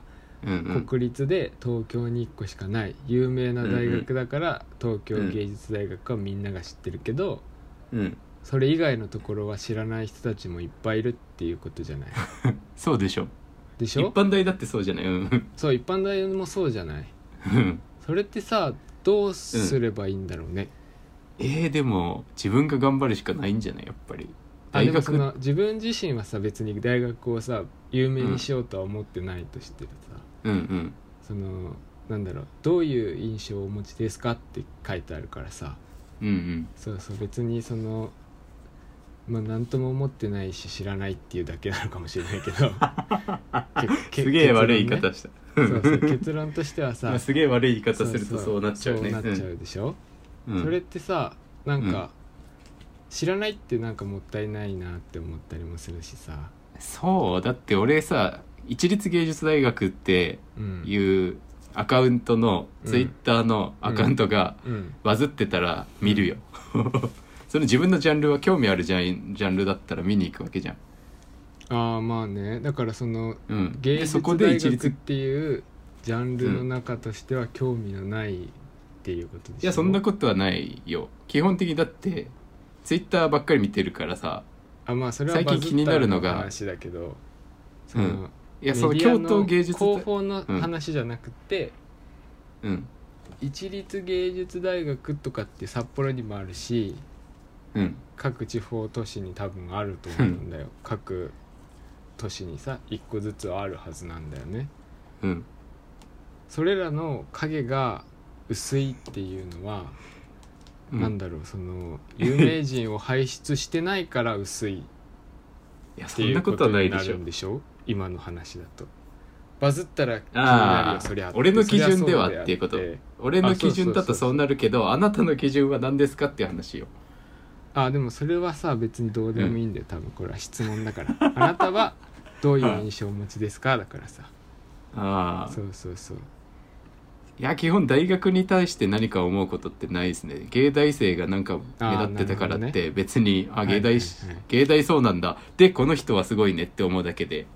S1: うんうん
S2: 国立で東京に1個しかない有名な大学だから、東京芸術大学はみんなが知ってるけど、
S1: うん
S2: それ以外のところは知らない人たちもいっぱいいるっていうこと
S1: *laughs*
S2: じゃない
S1: そうでしょ
S2: でし
S1: 一
S2: ょ
S1: 般大だってそうじゃないうん
S2: そう一般大もそうじゃない
S1: うん
S2: それってさどうすればいいんだろうね、
S1: えー、でも自分が頑張るしかないんじゃないやっぱり
S2: あ
S1: 大
S2: でもそ
S1: 学
S2: の自分自身はさ別に大学をさ有名にしようとは思ってないとしてるさ、
S1: うんうん
S2: そのなんだろうどういう印象をお持ちですかって書いてあるからさ
S1: うんうん
S2: そうそう別にそのまあ何とも思ってないし知らないっていうだけなのかもしれないけ
S1: *laughs*
S2: どけけ
S1: すげえ悪い
S2: 結
S1: 言い
S2: 論ね
S1: 方した
S2: そうそう結論としては
S1: *laughs* ま
S2: さ
S1: あすげえ悪い言い方するとそうなっちゃうね
S2: そうなっちゃうでしょ、
S1: うん
S2: それってさなん
S1: う
S2: か、
S1: ん
S2: 知らないってなんかもったいないなって思ったりもするしさ、
S1: そうだって俺さ一律芸術大学って
S2: うん、
S1: いうアカウントの
S2: うん
S1: ツイッターのアカウントが
S2: うん
S1: バズってたら見るよその自分のジャンルは興味あるジャンジャンルだったら見に行くわけじゃん、
S2: ああまあねだからその
S1: うん、
S2: 芸
S1: で
S2: 術
S1: そこで
S2: 大
S1: 一
S2: 学っ
S1: 律
S2: ていうジャンルの中としては興味のないっていうことでしょ
S1: いやそんなことはないよ基本的にだってツイッターばっかり見てるからさ
S2: あまあそれは
S1: 最近
S2: バズった
S1: 気になるのが
S2: 話だけどそ
S1: うん
S2: の
S1: いやその
S2: メディア
S1: 京都芸術
S2: 広
S1: 大
S2: 報の話じゃなくて、
S1: うん
S2: 一律芸術大学とかって札幌にもあるし
S1: うん
S2: 各地方都市に多分あると思うんだよ各都市にさ一個ずつはあるはずなんだよね
S1: うん
S2: それらの影が薄いっていうのは、
S1: うん
S2: なんだろうその有名人を輩出してないから薄い
S1: いや
S2: っ
S1: そ
S2: て
S1: ん
S2: い
S1: な
S2: う
S1: こ
S2: こと
S1: は
S2: と
S1: ない
S2: に
S1: で
S2: な
S1: しょ
S2: るんでしょ今の話だとバズったら気になる
S1: あ
S2: よそり
S1: あ
S2: ゃって
S1: 俺の基準
S2: そ
S1: で
S2: りゃそ
S1: は
S2: うだよ
S1: っていうこと
S2: て
S1: 俺の
S2: あそう
S1: 基
S2: そう
S1: 準だとそうなるけどあなたの基準は何ですかっていう話よ
S2: あでもそれはさ別にどうでもいいんだよ、多分これは質問だからあなたはどういう印象をお持ちですかだからさ
S1: ああ
S2: そうそうそう
S1: いや基本大学に対して何か思うことってないですね芸大生がなんか目立ってたから
S2: あーな
S1: っ
S2: る
S1: て別にあ,、
S2: はい
S1: 芸
S2: は
S1: 大
S2: い
S1: し、
S2: はい
S1: 芸大そうなんだでこの人はすごいねって思うだけで、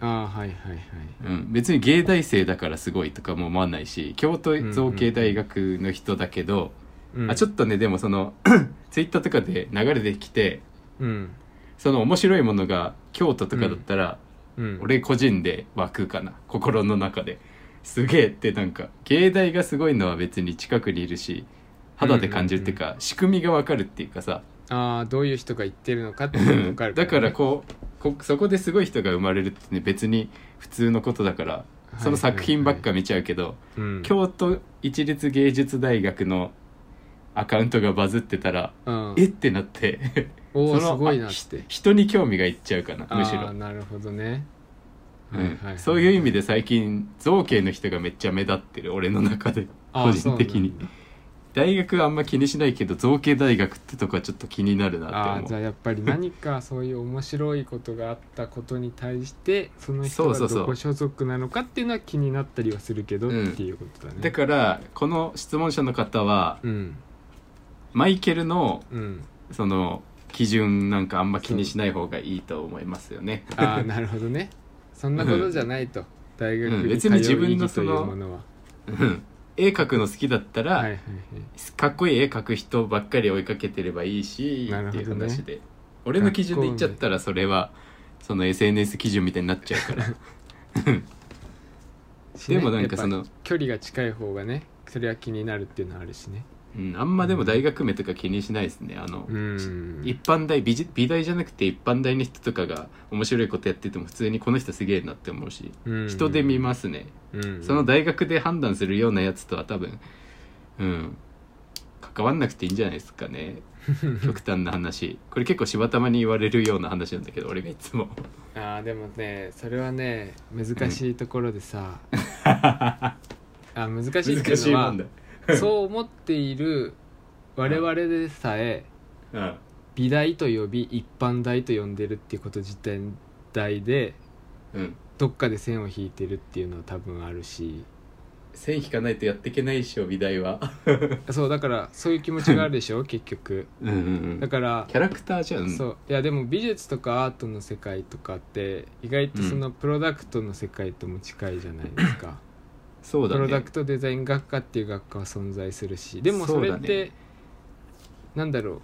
S2: ああはいはいはい
S1: うん、別に芸大生だからすごいとかも思わないし京都造形大学の人だけど、
S2: うん
S1: あちょっとねでもそ
S2: *laughs*
S1: のツイッターとかで流れてきて
S2: うん
S1: その面白いものが京都とかだったら、
S2: うん
S1: 俺個人で湧くかな心の中ですげえってなんか芸大がすごいのは別に近くにいるし肌で感じるっていうか、仕組みがわかるっていうかさ
S2: ああどういう人が言ってるのかっていうのが分かる
S1: だから
S2: う
S1: こうこそこですごい人が生まれるって、ね、別に普通のことだから
S2: はい
S1: その作品ばっか見ちゃうけど、
S2: 今
S1: 京都一律芸術大学のアカウントがバズってたら、
S2: うん
S1: えってなって
S2: お
S1: *laughs* そ
S2: お
S1: の
S2: すごいなっ
S1: あ
S2: て
S1: 人に興味がいっちゃうかなむし
S2: あ
S1: ろ
S2: あ。なるほどね
S1: うん
S2: はいはい
S1: そういう意味で最近造形の人がめっちゃ目立ってる俺の中で
S2: あ
S1: 個
S2: ー
S1: 人的に
S2: そうなんだ
S1: 大学はあんま気にしないけど造形大学ってとこはちょっと気になる
S2: あ
S1: なっ
S2: あ
S1: て
S2: じ
S1: 思
S2: ゃあ
S1: う
S2: やっぱり何かそういう面白いことがあったことに対してその人
S1: そうそ
S2: が
S1: うそう
S2: どこ所属なのかっていうのは気になったりはするけどっ
S1: うん
S2: ていうことだね。
S1: だからこの質問者の方は
S2: うん
S1: マイケルの
S2: うん、
S1: その基準なんかあんま気にしない方がいいと思いますよね *laughs*
S2: ああなるほどねそんなことじゃないと、大学
S1: うん
S2: に
S1: 別
S2: 通
S1: に
S2: う
S1: 自
S2: 意
S1: 分の
S2: 義と
S1: そ
S2: い
S1: の
S2: うものは。
S1: うん絵描くの好きだったら、
S2: はいはいはい
S1: かっこいい絵描く人ばっかり追いかけてればいいし、
S2: なる
S1: っ
S2: ほ
S1: て
S2: ど
S1: い
S2: ね
S1: う話で俺の基準で言っちゃったらそれはその SNS 基準みたいになっちゃうから
S2: しね
S1: でもなんか
S2: やっぱ
S1: その、
S2: 距離が近い方がねそれは気になるっていうのはあるしね
S1: うん、あんまでも大学名とか気にしないですねあの、
S2: うん
S1: 一般大美術美大じゃなくて一般大の人とかが面白いことやってても普通にこの人すげえなって思うし
S2: うん
S1: 人で見ますね、
S2: うん
S1: その大学で判断するようなやつとは多分うん関わんなくていいんじゃないですか
S2: *laughs*
S1: ね極端な話これ結構柴玉に言われるような話なんだけど俺がいつも
S2: あーでもねそれはね難しいところでさ、
S1: 難
S2: あ難しいって
S1: し
S2: い
S1: いうもんだ
S2: のはそう思っている我々でさえ
S1: うん
S2: 美大と呼び一般大と呼んでるっていうこと自体で
S1: うん
S2: どっかで線を引いてるっていうのは多分あるし
S1: 線引かないとやっていけないでしょ美大は
S2: そうだからそういう気持ちがあるで
S1: *laughs*
S2: しょ結局
S1: うんうんう
S2: だ
S1: ん
S2: から
S1: キャラクターじゃん
S2: そういやでも美術とかアートの世界とかって意外とそのプロダクトの世界とも近いじゃないですか、
S1: そうだ
S2: プロダ
S1: ね
S2: クトデザイン学科っていう学科は存在するしでもそれっ
S1: そうだ
S2: てなんだろう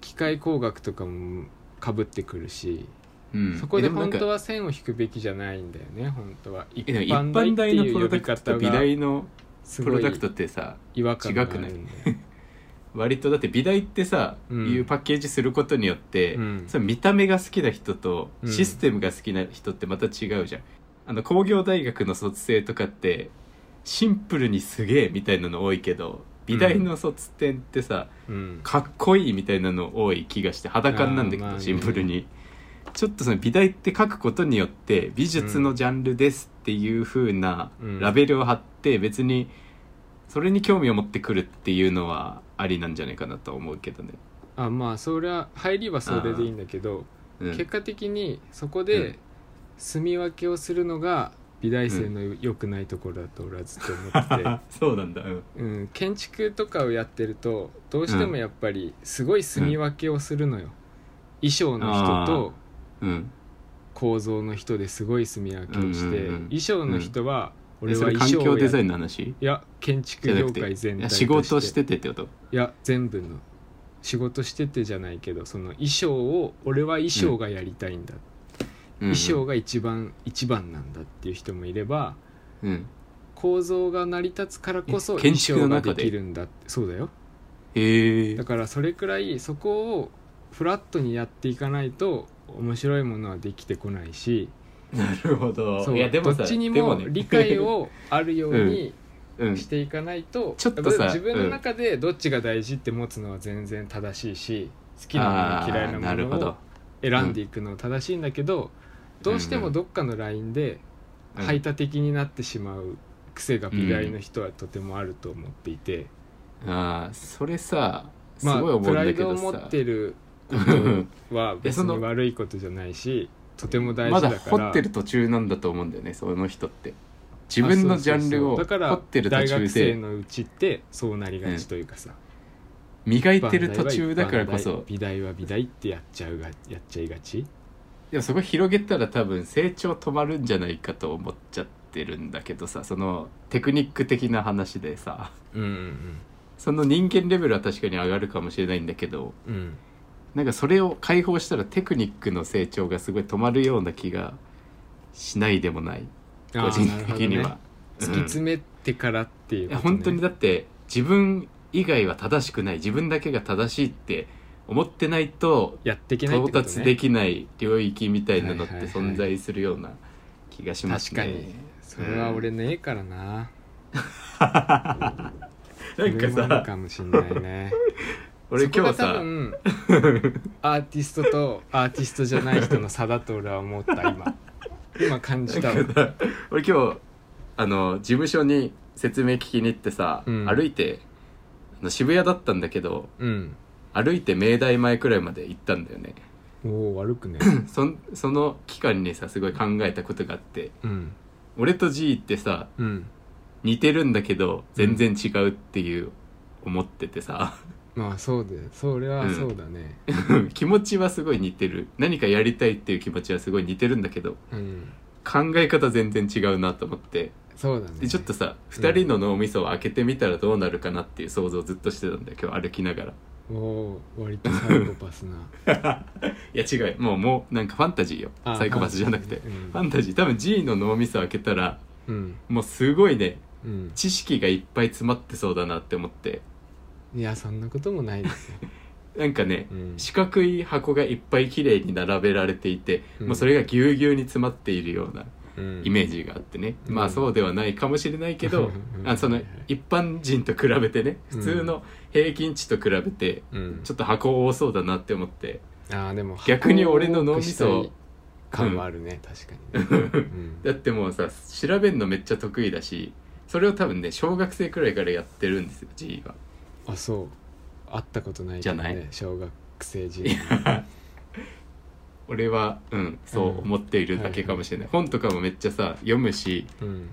S2: 機械工学とかもかぶってくるし、
S1: うん
S2: そこで
S1: えもな
S2: 本
S1: んか
S2: 当は線を引くべきじゃないんだよね本当は一
S1: えでも一般
S2: 般大
S1: 大
S2: って
S1: の
S2: い
S1: プロ
S2: う
S1: ダ
S2: 呼び
S1: クト
S2: 方
S1: と美
S2: が
S1: 大の
S2: す
S1: プ
S2: ご
S1: ロダク
S2: い
S1: トってさ
S2: 違和感があるんだよ
S1: 違
S2: ね
S1: 割とだって美大ってさ、
S2: うん
S1: いうパッケージすることによって、
S2: うん
S1: その見た目が好きな人と
S2: うん
S1: システムが好きな人ってまた違うじゃん、あの工業大学の卒生とかってシンプルにすげえみたいなの多いけど美大の卒展ってさ、
S2: うん
S1: かっこいいみたいなの多い気がして裸になんだけど、
S2: あーまあね
S1: シンプルにちょっとその美大って書くことによって美術のジャンルですっていう風な
S2: うん
S1: ラベルを貼って別にそれに興味を持ってくるっていうのはありなんじゃないかなとは思うけどね、
S2: あまあそれは入りはそれでいいんだけど
S1: うん、
S2: 結果的にそこ
S1: う
S2: で
S1: ん
S2: 住み分けをするのが美大生の良くないところだと俺はずっと思
S1: *laughs*
S2: ってて
S1: そうなんだうん
S2: うん、建築とかをやってるとどうしてもやっぱりすごい住み分けをするのよ、衣装の人と
S1: うん
S2: 構造の人ですごい住み分けをして、
S1: うんうんうん
S2: 衣装の人は
S1: え
S2: 俺は
S1: それ
S2: 衣
S1: 環
S2: 装を
S1: 境
S2: や
S1: デザインの話
S2: いや建築
S1: じゃな
S2: 業
S1: くて
S2: 界全
S1: い
S2: 体
S1: や
S2: として
S1: 仕事しててってこと
S2: いや全部の仕事しててじゃないけどその衣装を俺は衣装がやりたいんだ、衣装
S1: が
S2: が一番一番なんだっていう人もいれば
S1: うん
S2: 構造が成り立つからこそ
S1: え
S2: 衣
S1: 建築
S2: 装
S1: の
S2: が
S1: 中で
S2: できるんだってそうだよ
S1: へえ
S2: だからそれくらいそこをフラットにやっていかないと面白いものはできてこないし
S1: なるほど
S2: そう
S1: いやでもさ
S2: どっちに
S1: でも
S2: も
S1: ね
S2: 理解をあるように
S1: *laughs* うん
S2: していかないと、
S1: ちょっとさ
S2: やぱり自分の中でどっちが大事って持つのは全然正しいし好きなもの嫌い
S1: あーな
S2: な
S1: る
S2: も
S1: ほ
S2: のを
S1: ど
S2: 選んでいくのは正しいんだけどどうしてもどっかのラインで
S1: うん
S2: 排他的になってしまう癖が美大の人はとてもあると思っていて、
S1: ああそれさす
S2: ま
S1: ごい
S2: あ
S1: 思う
S2: プ
S1: んだ
S2: ライ
S1: け
S2: ドを
S1: ど
S2: 持
S1: さ、
S2: ってる
S1: うん
S2: は別に悪いことじゃないしとても
S1: *laughs*
S2: 大
S1: ま
S2: 事
S1: だ
S2: だから
S1: 掘ってる途中なんだと思うんだよねその人って自分のジャンルを掘
S2: あそうそうそうだから
S1: ってる途
S2: 大
S1: 中
S2: 学生
S1: で
S2: のうちってそうなりがちというかさ、
S1: 磨いてる途中だからこそ
S2: 美大は美大ってやっちゃうがやっちゃいがち
S1: でもそこ広げたら多分成長止まるんじゃないかと思っちゃってるんだけどさそのテクニック的な話でさ
S2: うん
S1: その人間レベルは確かに上がるかもしれないんだけど
S2: うんうん
S1: なんかそれを解放したらテクニックの成長がすごい止まるような気がしないでもない個人的には、
S2: 突き
S1: うん
S2: 詰めてからっていう
S1: い
S2: こと、
S1: や
S2: ね、
S1: 本当にだって自分以外は正しくない自分だけが正しいって思ってないと
S2: やっていけないって
S1: 到
S2: こと、ね、
S1: 達できない領域みたいなのって
S2: はいはいはい
S1: 存在するような気がします
S2: 確
S1: ね、
S2: かにそれは俺ねえからな、
S1: なんか
S2: それもある
S1: さ
S2: かもしんないね
S1: 俺今日
S2: そこが多
S1: さ
S2: 分アーティストとアーティストじゃない人の差だと俺は思った今今感じたわ
S1: なんかさ俺今日あの事務所に説明聞きに行ってさ、
S2: うん
S1: 歩いてあの渋谷だったんだけど
S2: うん
S1: 歩いて明大前くらいまで行ったんだよね
S2: おお悪くね
S1: そんその期間にさすごい考えたことがあって
S2: うん
S1: 俺と G ってさ
S2: うん
S1: 似てるんだけど全然違うっていう思っててさ *laughs*
S2: まあそうでそれはそうだね
S1: 気持ちはすごい似てる何かやりたいっていう気持ちはすごい似てるんだけど
S2: うん
S1: 考え方全然違うなと思って
S2: そうだね
S1: でちょっとさ2人の脳みそを開けてみたらどうなるかなっていう想像をずっとしてたんだよ今日歩きながら
S2: おお割とサイコ
S1: *laughs*
S2: パスな
S1: いや違うよもうもうなんかファンタジーよ
S2: あ
S1: サイコパスじゃなくて
S2: ファ
S1: ファン
S2: ンタジーねうん
S1: タジー多分 G の脳みそ開けたら
S2: うん
S1: もうすごいね
S2: うん
S1: 知識がいっぱい詰まってそうだなって思って
S2: いやそんなこともないですよ、
S1: なんかね、
S2: うん、
S1: 四角い箱がいっぱい綺麗に並べられていて、
S2: うん
S1: もうそれがぎゅうぎゅうに詰まっているような
S2: うん
S1: イメージがあってね、
S2: うん
S1: まあそうではないかもしれないけど、
S2: うん
S1: あその
S2: はいはい
S1: 一般人と比べてね普通の平均値と比べて
S2: うん
S1: ちょっと箱多そうだなって思って
S2: あーでも
S1: 逆に俺の脳みそを
S2: 感はあるね、確かに
S1: *laughs*
S2: ね、うん
S1: だってもうさ調べるのめっちゃ得意だしそれを多分ね小学生くらいからやってるんですよ G は。
S2: あそう会ったことないけどね
S1: じゃない
S2: 小学生時代
S1: 俺は、うん、そう思っているだけかもしれない、本とかもめっちゃさ読むし
S2: うん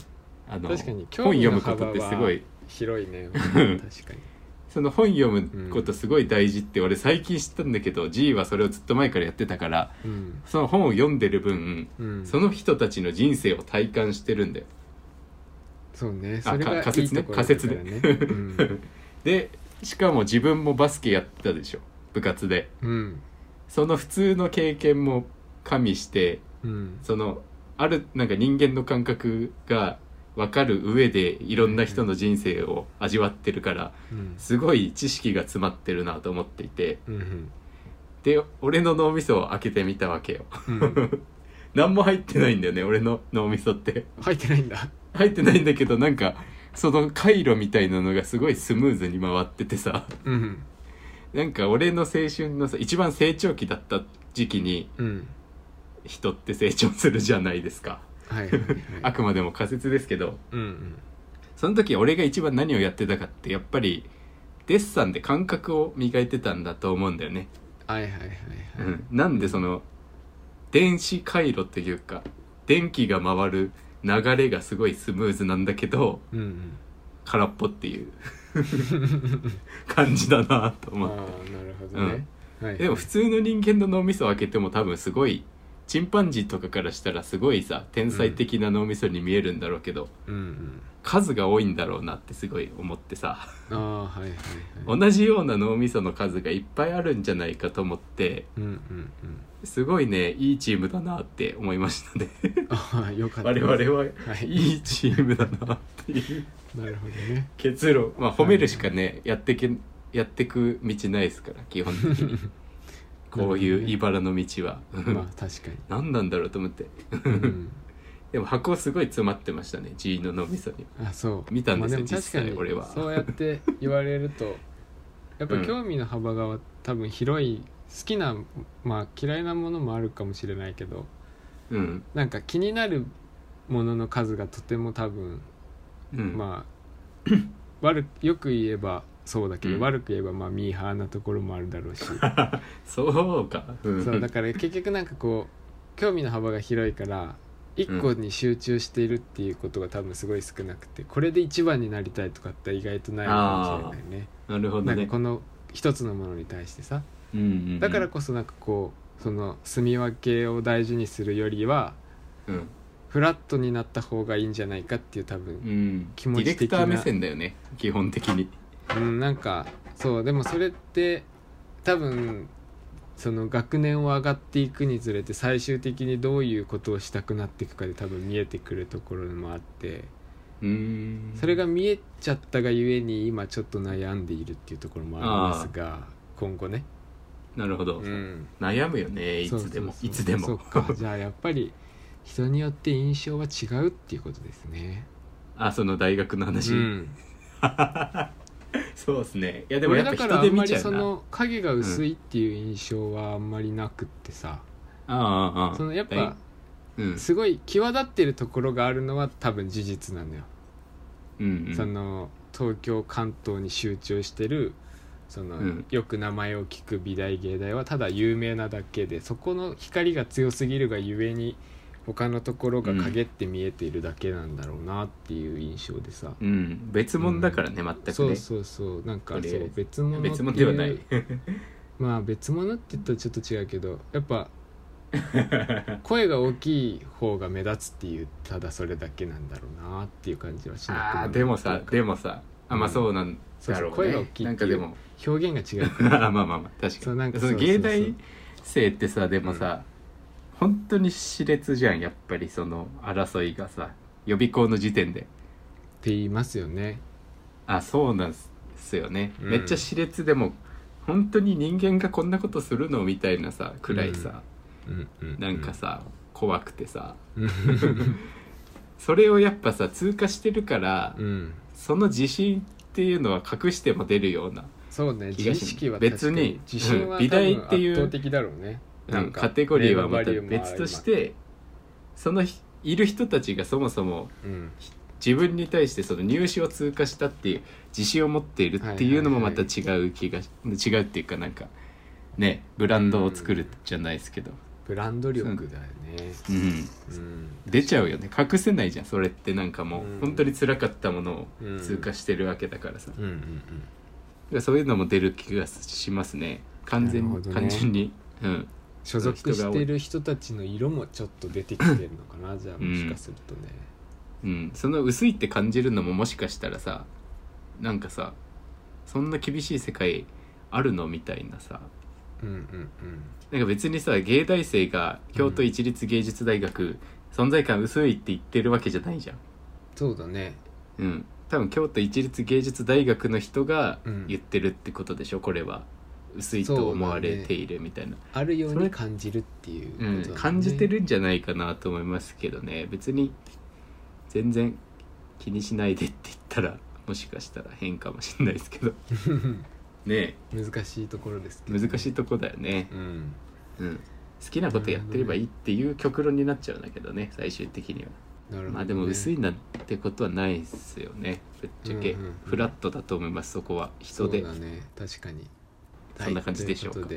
S1: あの
S2: 確かに
S1: 本
S2: 興味
S1: 読む
S2: の
S1: こと
S2: 幅
S1: ってす
S2: は
S1: ごい
S2: 広い
S1: *laughs*
S2: ね確かに
S1: その本読むことすごい大事って俺最近知ったんだけど、G はそれをずっと前からやってたから
S2: うん、
S1: その本を読んでる分、
S2: うん、
S1: その人たちの人生を体感してるんだよ。
S2: そうね
S1: あ
S2: それがいい
S1: か仮説ね
S2: ところだから
S1: 仮
S2: ねうん、
S1: でしかも自分もバスケやってたでしょ部活で。
S2: うん
S1: その普通の経験も加味して
S2: うん
S1: そのあるなんか人間の感覚が分かる上でいろんな人の人生を味わってるから
S2: うん
S1: すごい知識が詰まってるなと思っていて
S2: うん
S1: で俺の脳みそを開けてみたわけよ *laughs*
S2: うん
S1: 何も入ってないんだよね俺の脳みそって *laughs*
S2: 入ってないんだ
S1: 入ってないんだけどなんかその回路みたいなのがすごいスムーズに回っててさ *laughs*
S2: うん
S1: なんか俺の青春のさ一番成長期だった時期に
S2: うん
S1: 人って成長するじゃないですか
S2: はいはいはい
S1: あくまでも仮説ですけど
S2: うんうん
S1: その時俺が一番何をやってたかってやっぱりデッサンで感覚を磨いてたんだと思うんだよね、
S2: はいはいはいはい、
S1: うん、なんでその電子回路というか電気が回る流れがすごいスムーズなんだけど
S2: うんうん
S1: 空っぽっていう感じだなと
S2: ああ
S1: 思って
S2: ーなるほどね、はいはい
S1: でも普通の人間の脳みそを開けても多分すごいチンパンジーとかからしたらすごいさ天才的な脳みそに見えるんだろうけど、
S2: うんうん
S1: 数が多いんだろうなってすごい思ってさ
S2: ああはいはいはい
S1: 同じような脳みその数がいっぱいあるんじゃないかと思って
S2: うんうんうん
S1: すごいねいいチームだなって思いましたね
S2: ああよかった
S1: 我
S2: です
S1: 々は
S2: はい
S1: いいチームだなっていう
S2: なるほどね
S1: 結論まあ褒めるしかねやってけやってく道ないですから
S2: *laughs*
S1: 基本的にこういう茨の道は、
S2: まあ確かに
S1: 何なんだろうと思って *laughs*
S2: うん
S1: でも箱すごい詰まってましたね G の脳みそに
S2: あそう
S1: 見たんですよ
S2: まあも確か
S1: 実
S2: に
S1: 際俺は
S2: そうやって言われ
S1: *laughs*
S2: るとやっぱ興味の幅が多分広い好きなまあ嫌いなものもあるかもしれないけど
S1: うん、
S2: なんか気になるものの数がとても多分、
S1: うん、
S2: まあ悪くよく言えばそうだけど、
S1: うん
S2: 悪く言えばまあミーハーなところもあるだろうし
S1: そうか、うん、
S2: そうだから結局なんかこう興味の幅が広いから一個に集中しているっていうことが多分すごい少なくてこれで一番になりたいとかって意外とないのかもしれないね。
S1: なるほど
S2: なん
S1: ね
S2: かこの一つのものに対してさ
S1: うんうんうん
S2: だからこそなんかこうその住み分けを大事にするよりは
S1: うん
S2: フラットになった方がいいんじゃないかっていう多
S1: う
S2: 分、
S1: ん、
S2: 気持ち的
S1: デ
S2: な
S1: ィレクター目線だよね基本的に
S2: うん、なんかそうでもそれって多分その学年を上がっていくにつれて最終的にどういうことをしたくなっていくかで多分見えてくるところもあって
S1: うーん
S2: それが見えちゃったがゆえに今ちょっと悩んでいるっていうところもありますが今後ね。
S1: なるほど、
S2: うん
S1: 悩むよねいつでも
S2: そうそうそう
S1: いつでも
S2: そうかじゃあやっぱり人によって印象は違うっていうことですね
S1: *laughs* あその大学の話、
S2: うん、
S1: そうですねいや
S2: で
S1: で
S2: も
S1: も
S2: 俺
S1: やっ
S2: だ
S1: ぱ
S2: か
S1: 人
S2: らあ
S1: で
S2: んま
S1: 見ち
S2: り
S1: ゃ
S2: そう
S1: な
S2: の影が薄いっていう印象はあんまりなくってさ、
S1: ああああ
S2: そのやっぱ
S1: 大うん
S2: すごい際立ってるところがあるのは多分事実なんだよ、
S1: うんうん
S2: その東京関東に集中してるその、
S1: うん
S2: よく名前を聞く美大芸大はただ有名なだけでそこの光が強すぎるがゆえに他のところが陰って見えているだけなんだろうなっていう印象でさ、
S1: うん別物だからね、全くね
S2: そうそうそうなんか
S1: とり
S2: そ
S1: あえ
S2: う
S1: ず
S2: 別物って
S1: 別物ではない *laughs*
S2: まあ別物って言ったらちょっと違うけどやっぱ声が大きい方が目立つっていうただそれだけなんだろうなっていう感じはしなくも
S1: あ
S2: な
S1: あ
S2: い
S1: でもさ
S2: って
S1: で
S2: いうか
S1: もさあまあそうなん
S2: そう
S1: だろ
S2: そう
S1: うね
S2: 声が大きい
S1: な
S2: っ
S1: ん
S2: て
S1: か
S2: い
S1: で
S2: う
S1: も *laughs*
S2: 表現が違うか
S1: ああまあまあまあ確
S2: そ
S1: か
S2: う
S1: に
S2: なんか
S1: その
S2: そうそうそ
S1: 芸
S2: う
S1: 大生ってさでもさ、本当に熾烈じゃんやっぱりその争いがさ予備校の時点で
S2: って言いますよね
S1: あそうなんすよね、
S2: うん
S1: めっちゃ熾烈でも本当に人間がこんなことするのみたいなさくらいさ、
S2: うんうん
S1: なんかさ、怖くてさ
S2: うん
S1: それをやっぱさ通過してるから、
S2: うん
S1: その自信っていうのは隠しても出るような、
S2: そうね
S1: 東
S2: 自意識は確か
S1: 別に
S2: 自信は
S1: うん美
S2: 多
S1: 大
S2: 分
S1: っていう
S2: 圧倒的だろうね
S1: う、
S2: なんんか
S1: カテゴリーはまた
S2: ネームバリューもあ
S1: 別としてそのひいる人たちがそもそも
S2: うん
S1: 自分に対してその入試を通過したっていう自信を持っているっていうのもまた違う気が、違うっていうかなんかねブランドを作るじゃないですけど、
S2: ブランド力だよね
S1: うん、
S2: うん
S1: 出ちゃうよね隠せないじゃんそれってなんかもう、
S2: うん
S1: 本当に辛かったものを通過してるわけだからさ、
S2: うんうんうん
S1: そういうのも出る気がしますね完全
S2: なる
S1: に、
S2: ほどね
S1: 完全にうん
S2: 所属してる人たちの色もちょっと出てきてるのかなじゃあもしかするとね、
S1: うん、その薄いって感じるのももしかしたらさなんかさそんな厳しい世界あるのみたいなさ
S2: うん、うん
S1: なんか別にさ芸大生が京都一律芸術大学、存在感薄いって言ってるわけじゃないじゃん、
S2: そうだね
S1: うん、多分京都一律芸術大学の人が
S2: うん
S1: 言ってるってことでしょ、これは薄いと思われているみたいな
S2: あるよう
S1: それ
S2: に感じるっていうこと
S1: う
S2: だ、ね
S1: ん、感じてるんじゃないかなと思いますけどね別に全然気にしないでって言ったらもしかしたら変かもしれないですけどね
S2: *laughs* 難しいところです
S1: え
S2: けど、
S1: 難しいとこだよね、
S2: うん
S1: うん、好きなことやってればいいっていう極論になっちゃうんだけどね最終的には、
S2: なるほどね
S1: まあでも薄いなんてことはないですよねぶっちゃけ
S2: うんうんうん
S1: フラットだと思いますそこは人で
S2: そうだね確かに
S1: そんな感じでしょうか
S2: はいと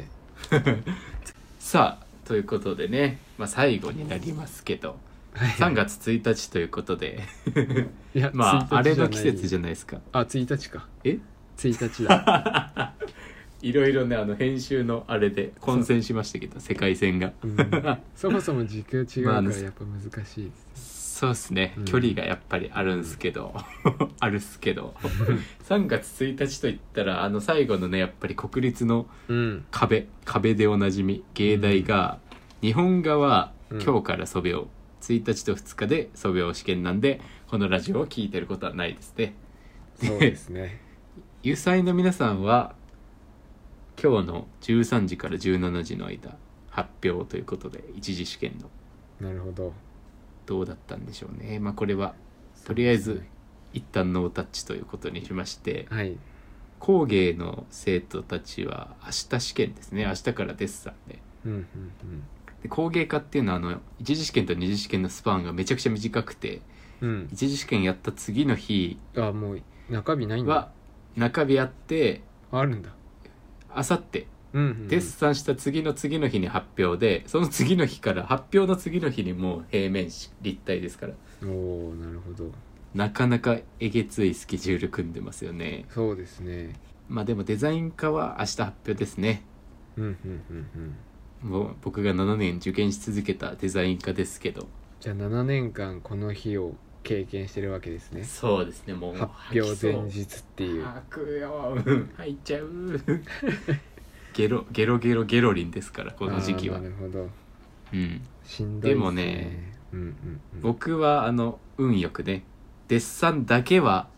S2: いこ
S1: さあということでね、まあ、最後になりますけ
S2: *laughs*
S1: ど
S2: とではい
S1: 3月1日ということで
S2: *laughs* いや
S1: まああれの季節じゃ
S2: ん
S1: ないですか
S2: あ1日か
S1: え
S2: 1日だ
S1: いろいろねあの編集のあれで混戦しましたけど世界線が
S2: うんそもそも時空違う
S1: まあ
S2: か
S1: あの
S2: らやっぱ難しいです
S1: *laughs* そうですね、
S2: うん
S1: 距離がやっぱりあるんすけど、あるっすけど3月1日といったらあの最後のねやっぱり国立の
S2: うん
S1: 壁壁でおなじみ芸大が、日本画は
S2: うん
S1: 今日から素描、1日と2日で素描試験なんでこのラジオを聞いてることはないですね
S2: そうですね
S1: *laughs* 油彩の皆さんは今日の13時から17時の間発表ということで一次試験の
S2: なるほど
S1: どうだったんでしょうねまあこれはとりあえず一旦ノータッチということにしまして
S2: はい
S1: 工芸の生徒たちは明日試験ですね明日からデッサンで
S2: うんうん
S1: で工芸科っていうのはあの一次試験と二次試験のスパンがめちゃくちゃ短くて
S2: うんうん
S1: 一次試験やった次の日
S2: あもう中日ないん
S1: は
S2: だ
S1: 中日あって
S2: あるんだ
S1: あさって
S2: うん、うん、
S1: デッサンした次の次の日に発表でその次の日から発表の次の日にもう平面し立体ですから
S2: おおなるほど
S1: なかなかえげついスケジュール組んでますよね
S2: そうですね
S1: まあでもデザイン科は明日発表ですね
S2: うんうんうんうん
S1: もう僕が7年受験し続けたデザイン科ですけど
S2: じゃあ7年間この日を経験してるわけですね
S1: そうですねもう
S2: 発表前日っていう
S1: 吐くようん吐いちゃう *laughs* ゲロゲロゲロゲロリンですからこの時期は
S2: あーなるほど
S1: うん
S2: しんどい
S1: で
S2: す
S1: もね
S2: うんうん、うん、
S1: 僕はあの運よくねデッサンだけは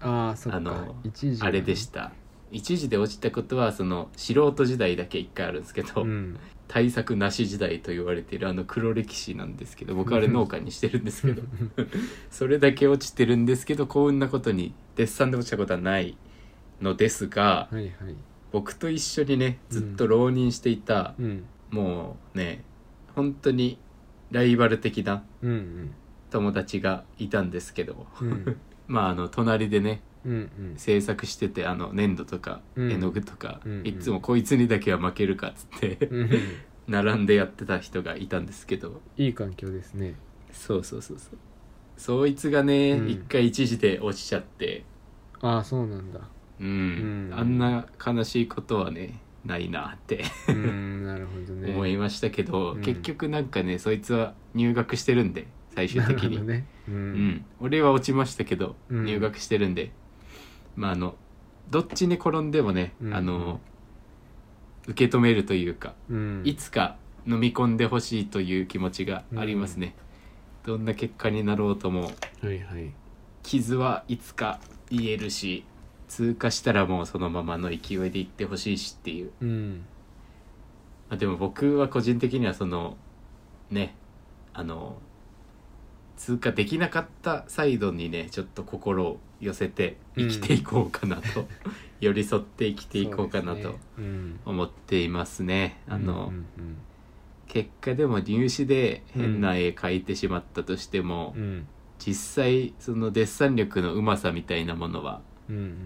S2: ああそっか
S1: あの
S2: 一時
S1: あれでしたた一時で落ちたことはその素人時代だけ一回あるんですけど、
S2: うん、 *laughs*
S1: 対策なし時代と言われているあの黒歴史なんですけど僕はあれ農家にしてるんですけどそれだけ落ちてるんですけど幸運なことにデッサンで落ちたことはないのですが
S2: はいはい
S1: 僕と一緒にねずっと浪人していた、
S2: うん
S1: もうね本当にライバル的な
S2: うん
S1: 友達がいたんですけど
S2: うんうん
S1: まああの隣でね
S2: うん
S1: *laughs*
S2: うん
S1: 制作しててあの粘土とか
S2: うん
S1: 絵の具とか、
S2: うんうん
S1: いつもこいつにだけは負けるかっつって、
S2: うん
S1: 並んでやってた人がいたんですけど
S2: いい環境ですね
S1: そうそうそうそうそいつがね、
S2: うん
S1: 一回一時で落ちちゃって
S2: ああそうなんだ
S1: うん
S2: うん
S1: あんな悲しいことはねないなって
S2: うーんなるほどね
S1: 思いましたけど、
S2: うん
S1: 結局なんかねそいつは入学してるんで最終的
S2: なる *laughs*
S1: に、
S2: ほどねうん、
S1: うん、俺は落ちましたけど、
S2: うん
S1: 入学してるんでまああのどっちに転んでもね、
S2: うん
S1: あの受け止めるというか
S2: うん
S1: いつか飲み込んでほしいという気持ちがありますね、どんな結果になろうとも
S2: はいはい
S1: 傷はいつか癒えるし通過したらもうそのままの勢いでいってほしいしっていう
S2: うん
S1: まあ、でも僕は個人的にはそのねあの通過できなかったサイドにねちょっと心を寄せて生きていこうかな
S2: *laughs*
S1: と、寄り添って生きていこうかなと
S2: そですねうん
S1: 思っていますね。あの、
S2: うんうん
S1: 結果でも入試で変な絵描いてしまったとしても、
S2: うんうん
S1: 実際そのデッサン力のうまさみたいなものは
S2: うんうん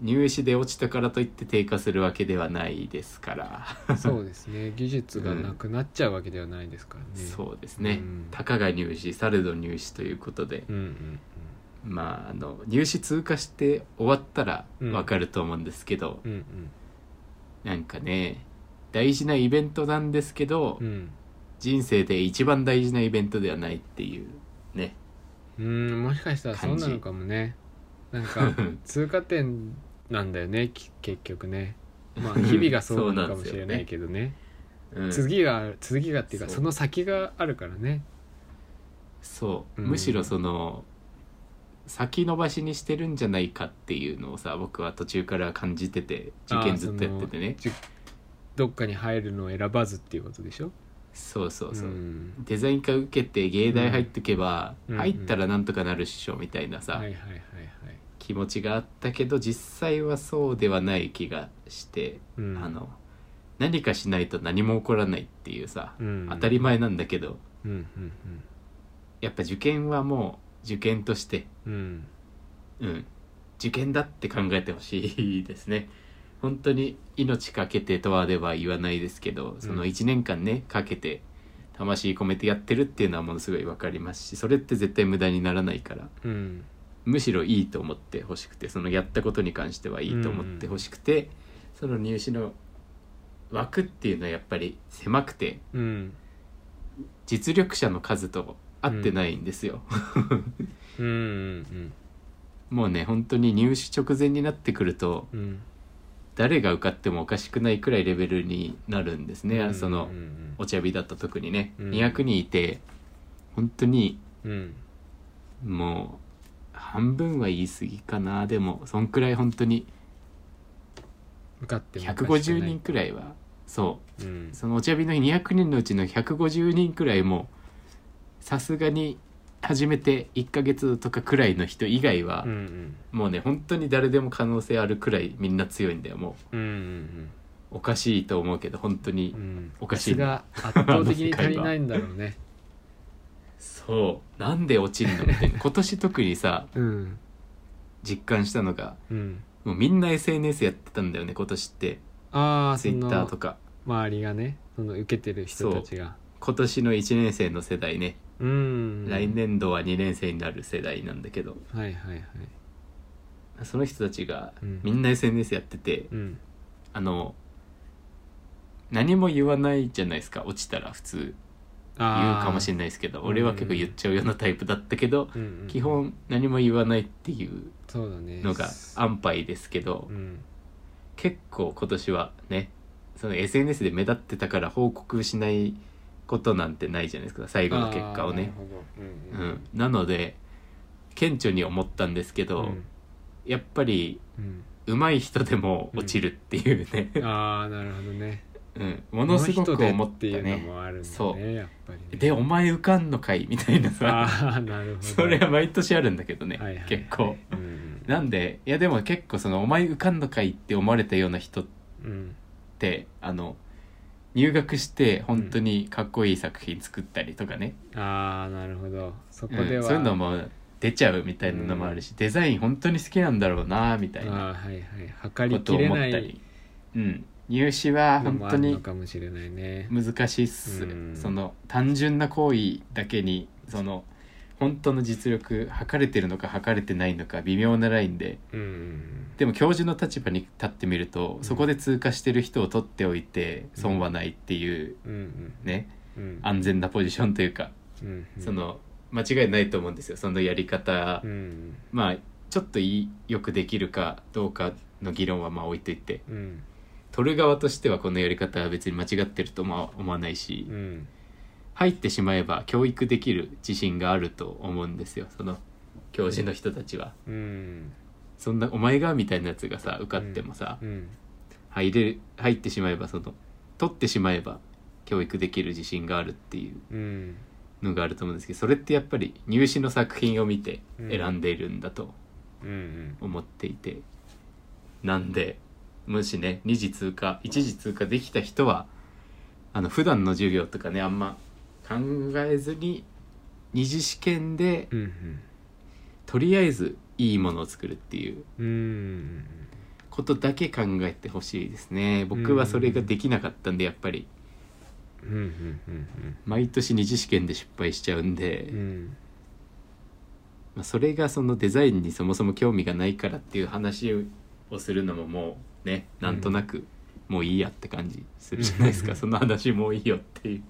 S1: 入試で落ちたからといって低下するわけではないですから。
S2: うんそうですね技術がなくなっちゃうわけではないですからね
S1: そうですね、
S2: うん
S1: たかが入試されど入試ということで、
S2: うんうん
S1: まああの入試通過して終わったら
S2: うん
S1: わかると思うんですけど、
S2: うんうん
S1: なんかね大事なイベントなんですけど、
S2: うん
S1: 人生で一番大事なイベントではないっていうね
S2: うんもしかしたらそうなのかもねなんか通過点なんだよねき結局ねまあ日々がそうなのかもしれないけどね
S1: ど、うん
S2: 次が次がっていうか
S1: そう
S2: その先があるからね
S1: そう、
S2: うん
S1: むしろその先延ばしにしてるんじゃないかっていうのをさ僕は途中から感じてて受験ずっとやっててね
S2: あーそのじどっかに入るのを選ばずっていうことでしょ
S1: そうそうそう、
S2: ん
S1: デザイン科受けて芸大入ってけば、
S2: うん
S1: 入ったらなんとかなるっしょみたいなさ、
S2: はいはいはいはい
S1: 気持ちがあったけど実際はそうではない気がして、
S2: うん
S1: あの何かしないと何も起こらないっていうさ、
S2: うん
S1: 当たり前なんだけど
S2: うんうん
S1: やっぱ受験はもう受験として、
S2: うんうん
S1: うん、受験だって考えてほしいですね。本当に命かけてとはでは言わないですけどその1年間ねかけて魂込めてやってるっていうのはものすごい分かりますしそれって絶対無駄にならないから
S2: うん
S1: むしろいいと思ってほしくてそのやったことに関してはいいと思ってほしくて、その入試の枠っていうのはやっぱり狭くて
S2: うん
S1: 実力者の数と合ってないんですよ、
S2: うんうん
S1: *laughs* もうね本当に入試直前になってくると
S2: うんうん
S1: 誰が受かってもおかしくないくらいレベルになるんですね、
S2: うん
S1: その
S2: うん
S1: お茶日だった特にね、
S2: うん
S1: 200人いて本当に
S2: うん
S1: もう半分は言い過ぎかなでもそんくらい本当に
S2: 受かってもおかしく
S1: 150
S2: な
S1: 人
S2: い
S1: くらいはそう
S2: うん
S1: そのお茶日の200人のうちの150人くらいもさすがに始めて1ヶ月とかくらいの人以外は
S2: う、ん
S1: もうね本当に誰でも可能性あるくらいみんな強いんだよも
S2: うんうん
S1: うおかしいと思うけど本当に、
S2: うんうん
S1: おかしいな
S2: が圧倒的に足りないんだろうね
S1: そうなんで落ちるのみた
S2: *laughs*
S1: いな今年特にさ
S2: うん
S1: 実感したのが
S2: うん
S1: もうみんな SNS やってたんだよね今年って
S2: ああそ
S1: Twitter
S2: の
S1: とか
S2: 周りがねその受けてる人たちが
S1: 今年の1年生の世代ね、
S2: うん
S1: 来年度は2年生になる世代なんだけど
S2: はいはいはい
S1: その人たちが
S2: うん
S1: みんな SNS やってて、
S2: うん
S1: あの何も言わないじゃないですか落ちたら普通言うかもしれないですけど
S2: ー
S1: 俺は結構言っちゃうようなタイプだったけど、
S2: れない
S1: 基本何も言わないっていう
S2: そうだね
S1: のが安牌ですけど、
S2: うん
S1: 結構今年はねその SNS で目立ってたから報告しないことなんてないじゃないですか最後の結果をね
S2: あーなる。ほどうん
S1: う
S2: うん
S1: ん、なので顕著に思ったんですけど、
S2: うん
S1: やっぱり
S2: うん
S1: 上手い人でも落ちるっていう
S2: *laughs*
S1: ね、
S2: ああなるほどね
S1: うん、ものすごく思った
S2: この人でっていうの
S1: ね
S2: もあるんだね
S1: そう
S2: やっぱりね
S1: でお前受かんのかいみたいなさ
S2: ああなるほど
S1: それは毎年あるんだけどね、
S2: はいはいはい
S1: 結構
S2: うん
S1: なんでいやでも結構そのお前受かんのかいって思われたような人っ
S2: うん
S1: てあの入学して本当にかっこいい作品作ったりとかね、
S2: ああなるほどそこ
S1: うん
S2: では
S1: そういうのも出ちゃうみたいなのもあるし、デザイン本当に好きなんだろうなみたいな
S2: ああはいはい測
S1: こ
S2: り
S1: と
S2: き
S1: を
S2: れ
S1: 思っ
S2: な
S1: た
S2: い
S1: り、うん、入試は
S2: の
S1: 本
S2: もあ
S1: 当
S2: るの
S1: に
S2: かもしれないね
S1: 難しいっす、
S2: うん
S1: その単純な行為だけにその本当の実力測れてるのか測れてないのか微妙なラインで
S2: うん
S1: でも教授の立場に立ってみるとそこで通過してる人を取っておいて損はないっていう
S2: うんうん
S1: ね
S2: うん
S1: 安全なポジションというか
S2: うんうん
S1: その間違いないと思うんですよそのやり方
S2: うん
S1: まあちょっといいよくできるかどうかの議論はまあ置いといて
S2: うん
S1: 取る側としてはこのやり方は別に間違ってるとまあ思わないし
S2: うん
S1: 入ってしまえば教育できる自信があると思うんですよその教授の人たちは。
S2: うん
S1: そんなお前がみたいなやつがさ受かってもさ、
S2: うん
S1: 入れる入ってしまえばその取ってしまえば教育できる自信があるっていう
S2: うん
S1: のがあると思うんですけどそれってやっぱり入試の作品を見て選んでいるんだと
S2: うん
S1: 思っていて、なんでもしね2次通過1次通過できた人はあの普段の授業とかねあんま考えずに二次試験で
S2: うんうん
S1: とりあえずいいものを作るっていう
S2: うん
S1: ことだけ考えてほしいですね僕はそれができなかったんでやっぱり
S2: うんうんうん
S1: 毎年二次試験で失敗しちゃうんで、
S2: うん
S1: まあ、それがそのデザインにそもそも興味がないからっていう話をするのももうねなんとなくもういいやって感じするじゃないですか、
S2: うん
S1: その話もういいよっていう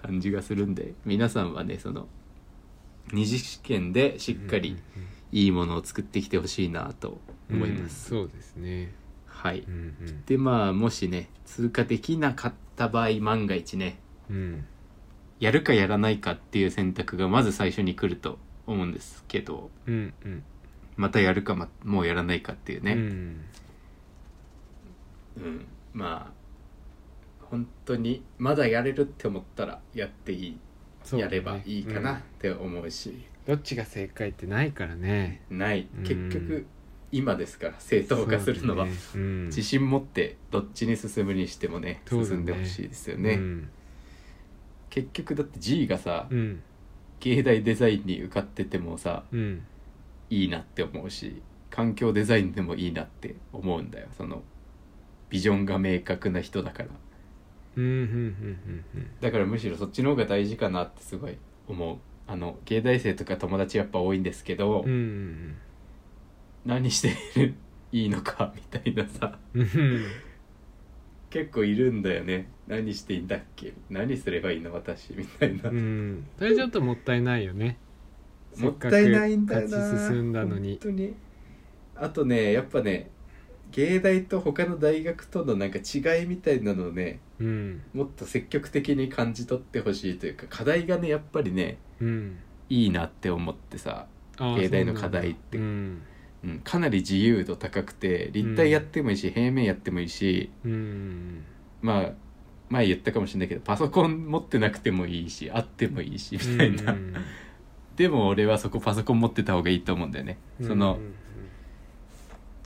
S1: 感じがするんで皆さんはねその二次試験でしっかりいいものを作ってきてほしいなと思います。
S2: うんそうですね
S1: はい、
S2: うん
S1: でまあもしね通過できなかった場合万が一ね
S2: うんうん
S1: やるかやらないかっていう選択がまず最初に来ると思うんですけど
S2: うんうん
S1: またやるか、ま、もうやらないかっていう
S2: う
S1: ね、
S2: ん
S1: うんまあ本当にまだやれるって思ったらやっていい、
S2: そうだ
S1: や
S2: ね
S1: ればいいか
S2: う
S1: なんって思うし、
S2: どっちが正解ってないからね
S1: ない
S2: うん
S1: 結局今ですから正当化するのは、
S2: そうだねうん
S1: 自信持ってどっちに進むにしてもね
S2: そうだね
S1: 進んでほしいですよね、
S2: うん
S1: 結局だって G がさ、
S2: うん
S1: 芸大デザインに受かっててもさ
S2: うん
S1: いいなって思うし環境デザインでもいいなって思うんだよそのビジョンが明確な人だから
S2: うんうんうんうん
S1: だからむしろそっちの方が大事かなってすごい思うあの芸大生とか友達やっぱ多いんですけど、
S2: うんうん
S1: 何してるいいのか *laughs* みたいなさ
S2: うんうん
S1: 結構いるんだよね何していいんだっけ何すればいいの私みたいな、
S2: うんそれちょっともったいないよね
S1: もったいないんだよ
S2: せっ
S1: な
S2: かく勝ち進んだのに
S1: 本当にあとねやっぱね芸大と他の大学とのなんか違いみたいなのをね
S2: うん
S1: もっと積極的に感じ取ってほしいというか課題がねやっぱりね
S2: うん
S1: いいなって思ってさ、
S2: ああ
S1: 芸大の
S2: そうなんだ
S1: 課題って
S2: うん
S1: うん、かなり自由度高くて立体やってもいいし、平面やってもいいし
S2: うん
S1: まあ前言ったかもしれないけどパソコン持ってなくてもいいしあってもいいしみたいな、
S2: うんうん
S1: でも俺はそこパソコン持ってた方がいいと思うんだよね、その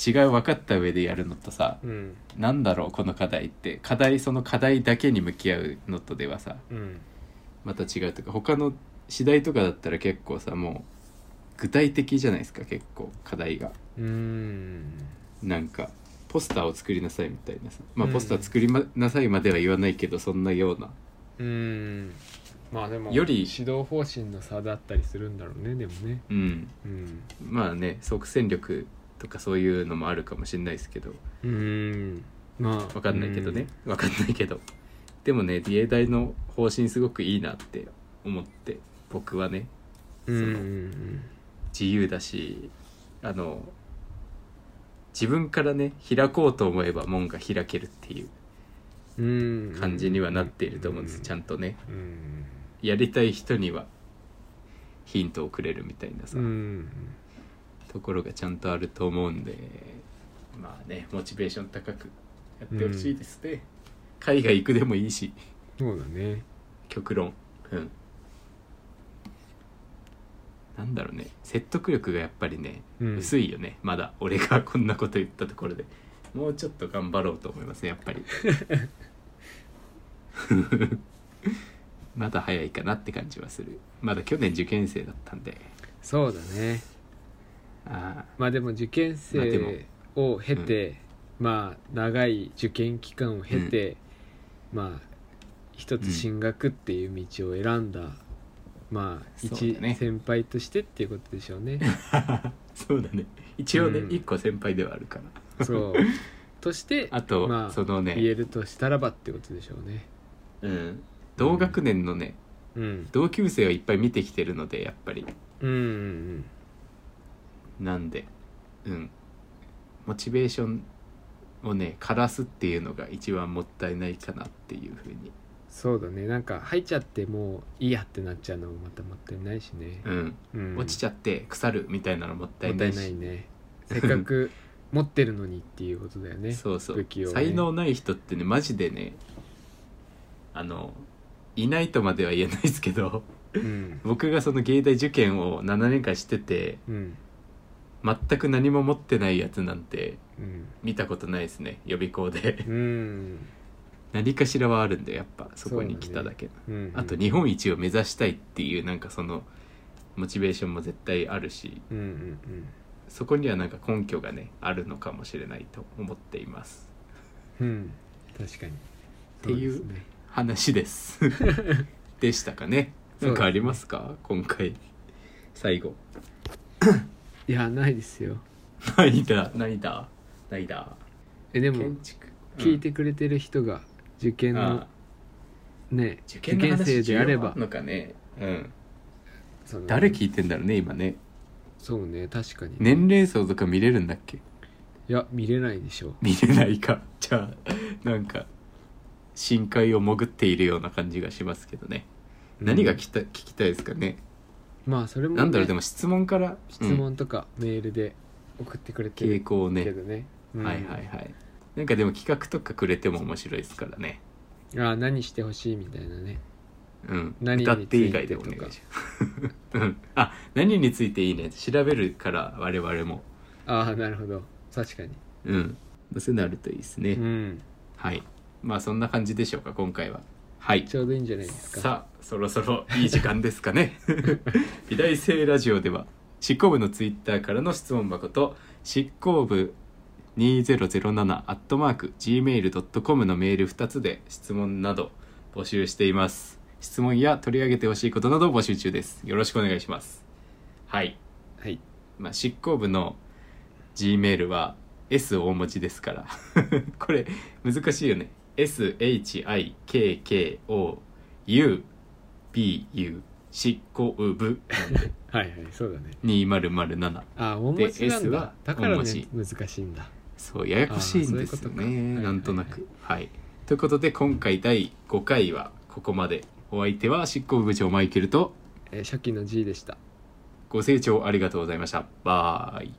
S1: 違い分かった上でやるのとさ
S2: うん
S1: なんだろうこの課題って課題その課題だけに向き合うのとではさ
S2: うん
S1: また違うとか他の次第とかだったら結構さもう具体的じゃないですか結構課題が
S2: うんうん
S1: なんかポスターを作りなさいみたいなさまあ
S2: うん
S1: ポスター作り、まなさいまでは言わないけどそんなような
S2: うんまあでも
S1: より
S2: 指導方針の差だったりするんだろうねでもね
S1: うん
S2: うん
S1: まあね即戦力とかそういうのもあるかもしれないですけど
S2: うんまあ
S1: わかんないけどねわかんないけどでもね自衛隊の方針すごくいいなって思って僕はね
S2: うんうん
S1: 自由だしあの自分からね開こうと思えば門が開けるっていう
S2: うん
S1: 感じにはなっていると思うんですちゃんとね
S2: うん
S1: やりたい人にはヒントをくれるみたいなさ、
S2: うん
S1: ところがちゃんとあると思うんでまあねモチベーション高くやってほしいですね、海外行くでもいいし
S2: そうだね
S1: 極論うんなんだろうね説得力がやっぱりね、
S2: うん
S1: 薄いよねまだ俺が *laughs* こんなこと言ったところでもうちょっと頑張ろうと思いますねやっぱり *laughs* まだ早いかなって感じはするまだ去年受験生だったんで
S2: そうだね
S1: ああ
S2: まあでも受験
S1: まあでも
S2: 生を経て、まあ長い受験期間を経て、まあ一つ進学っていう道を選んだまあ
S1: そう
S2: 一
S1: だね
S2: 先輩としてっていうことでしょうね
S1: *laughs* そうだね一応ね、
S2: うん
S1: 一個先輩ではあるから
S2: そうとして
S1: あと、
S2: まあ
S1: その
S2: 言え
S1: ね、
S2: るとしたらばってことでしょうね
S1: うん、同学年のね
S2: うん
S1: 同級生をいっぱい見てきてるのでやっぱり
S2: うんうん
S1: なんでうんモチベーションをね枯らすっていうのが一番もったいないかなっていうふうに
S2: そうだねなんか入っちゃってもういいやってなっちゃうのもまたもったいないしね、
S1: うん、
S2: うん、
S1: 落ちちゃって腐るみたいなのもった
S2: も
S1: い
S2: っ
S1: な
S2: た
S1: い
S2: い
S1: し
S2: ないねせっかく持ってるのにっていうことだよ
S1: *laughs*
S2: ね
S1: そうそう、
S2: 武器をね
S1: 才能ない人ってねマジでねあのいないとまでは言えないですけど *laughs*
S2: うん
S1: 僕がその芸大受験を7年間してて
S2: うん
S1: 全く何も持ってないやつなんて
S2: うん
S1: 見たことないですね予備校で *laughs*
S2: うん
S1: 何かしらはあるんだよやっぱそこに来ただけ
S2: うん
S1: あと日本一を目指したいっていうなんかそのモチベーションも絶対あるし
S2: うんうん
S1: そこにはなんか根拠がねあるのかもしれないと思っています
S2: うんうん確かにって
S1: いう
S2: ね
S1: 話です *laughs* でしたかねなんかありますか今回最後
S2: いやないですよ
S1: ないだないだないだ
S2: えでも
S1: 建築
S2: 聞いてくれてる人が受
S1: う
S2: 験
S1: ん
S2: の
S1: あ
S2: ね
S1: 受
S2: 受
S1: 験の
S2: 験
S1: 話
S2: 生であれば
S1: 重要なのかねうん
S2: その
S1: 誰聞いてんだろうね今ね
S2: そうね確かにね
S1: 年齢層とか見れるんだっけ
S2: いや見れないでしょ
S1: 見れないか *laughs* じゃあなんか深海を潜っているような感じがしますけどね、
S2: うん
S1: 何が聞きた聞きたいですかね、
S2: まあそれもね
S1: なんだろうでも質問から
S2: 質
S1: うん
S2: 問とかメールで送ってくれて
S1: 傾
S2: る
S1: 向を
S2: け
S1: ね
S2: どねうん
S1: はいはいはいなんかでも企画とかくれても面白いですからね
S2: ああ何してほしいみたいなね
S1: うん
S2: 何
S1: 歌
S2: に
S1: って以外でお願いします *laughs* うんあ何についていいね調べるから我々も
S2: ああなるほど確かに
S1: うんそういうのあるといいですね、
S2: うん
S1: はいまあそんな感じでしょうか今回ははい
S2: ちょうどいいんじゃないですか
S1: さあそろそろいい時間ですか
S2: *laughs*
S1: ね美大生ラジオでは執行部のツイッターからの質問箱と執行部 2007-gmail.com のメール2つで質問など募集しています質問や取り上げてほしいことなどを募集中ですよろしくお願いしますはい、
S2: はい
S1: まあ、執行部の Gmail は S 大文字ですから *laughs* これ難しいよね SHIKKOUBU 執行部
S2: はいはいそうだね
S1: 2007
S2: ああ大文字なん
S1: S は
S2: だだから
S1: 大文
S2: ね
S1: 字
S2: 難しいんだ
S1: そうややこしいんです
S2: あーそういうこと
S1: よ
S2: か
S1: ね
S2: はいはいはい
S1: なんとなくはいということで今回第5回はここまでお相手は執行部部長マイケルと
S2: えー初期の G でした
S1: ご清聴ありがとうございましたバイ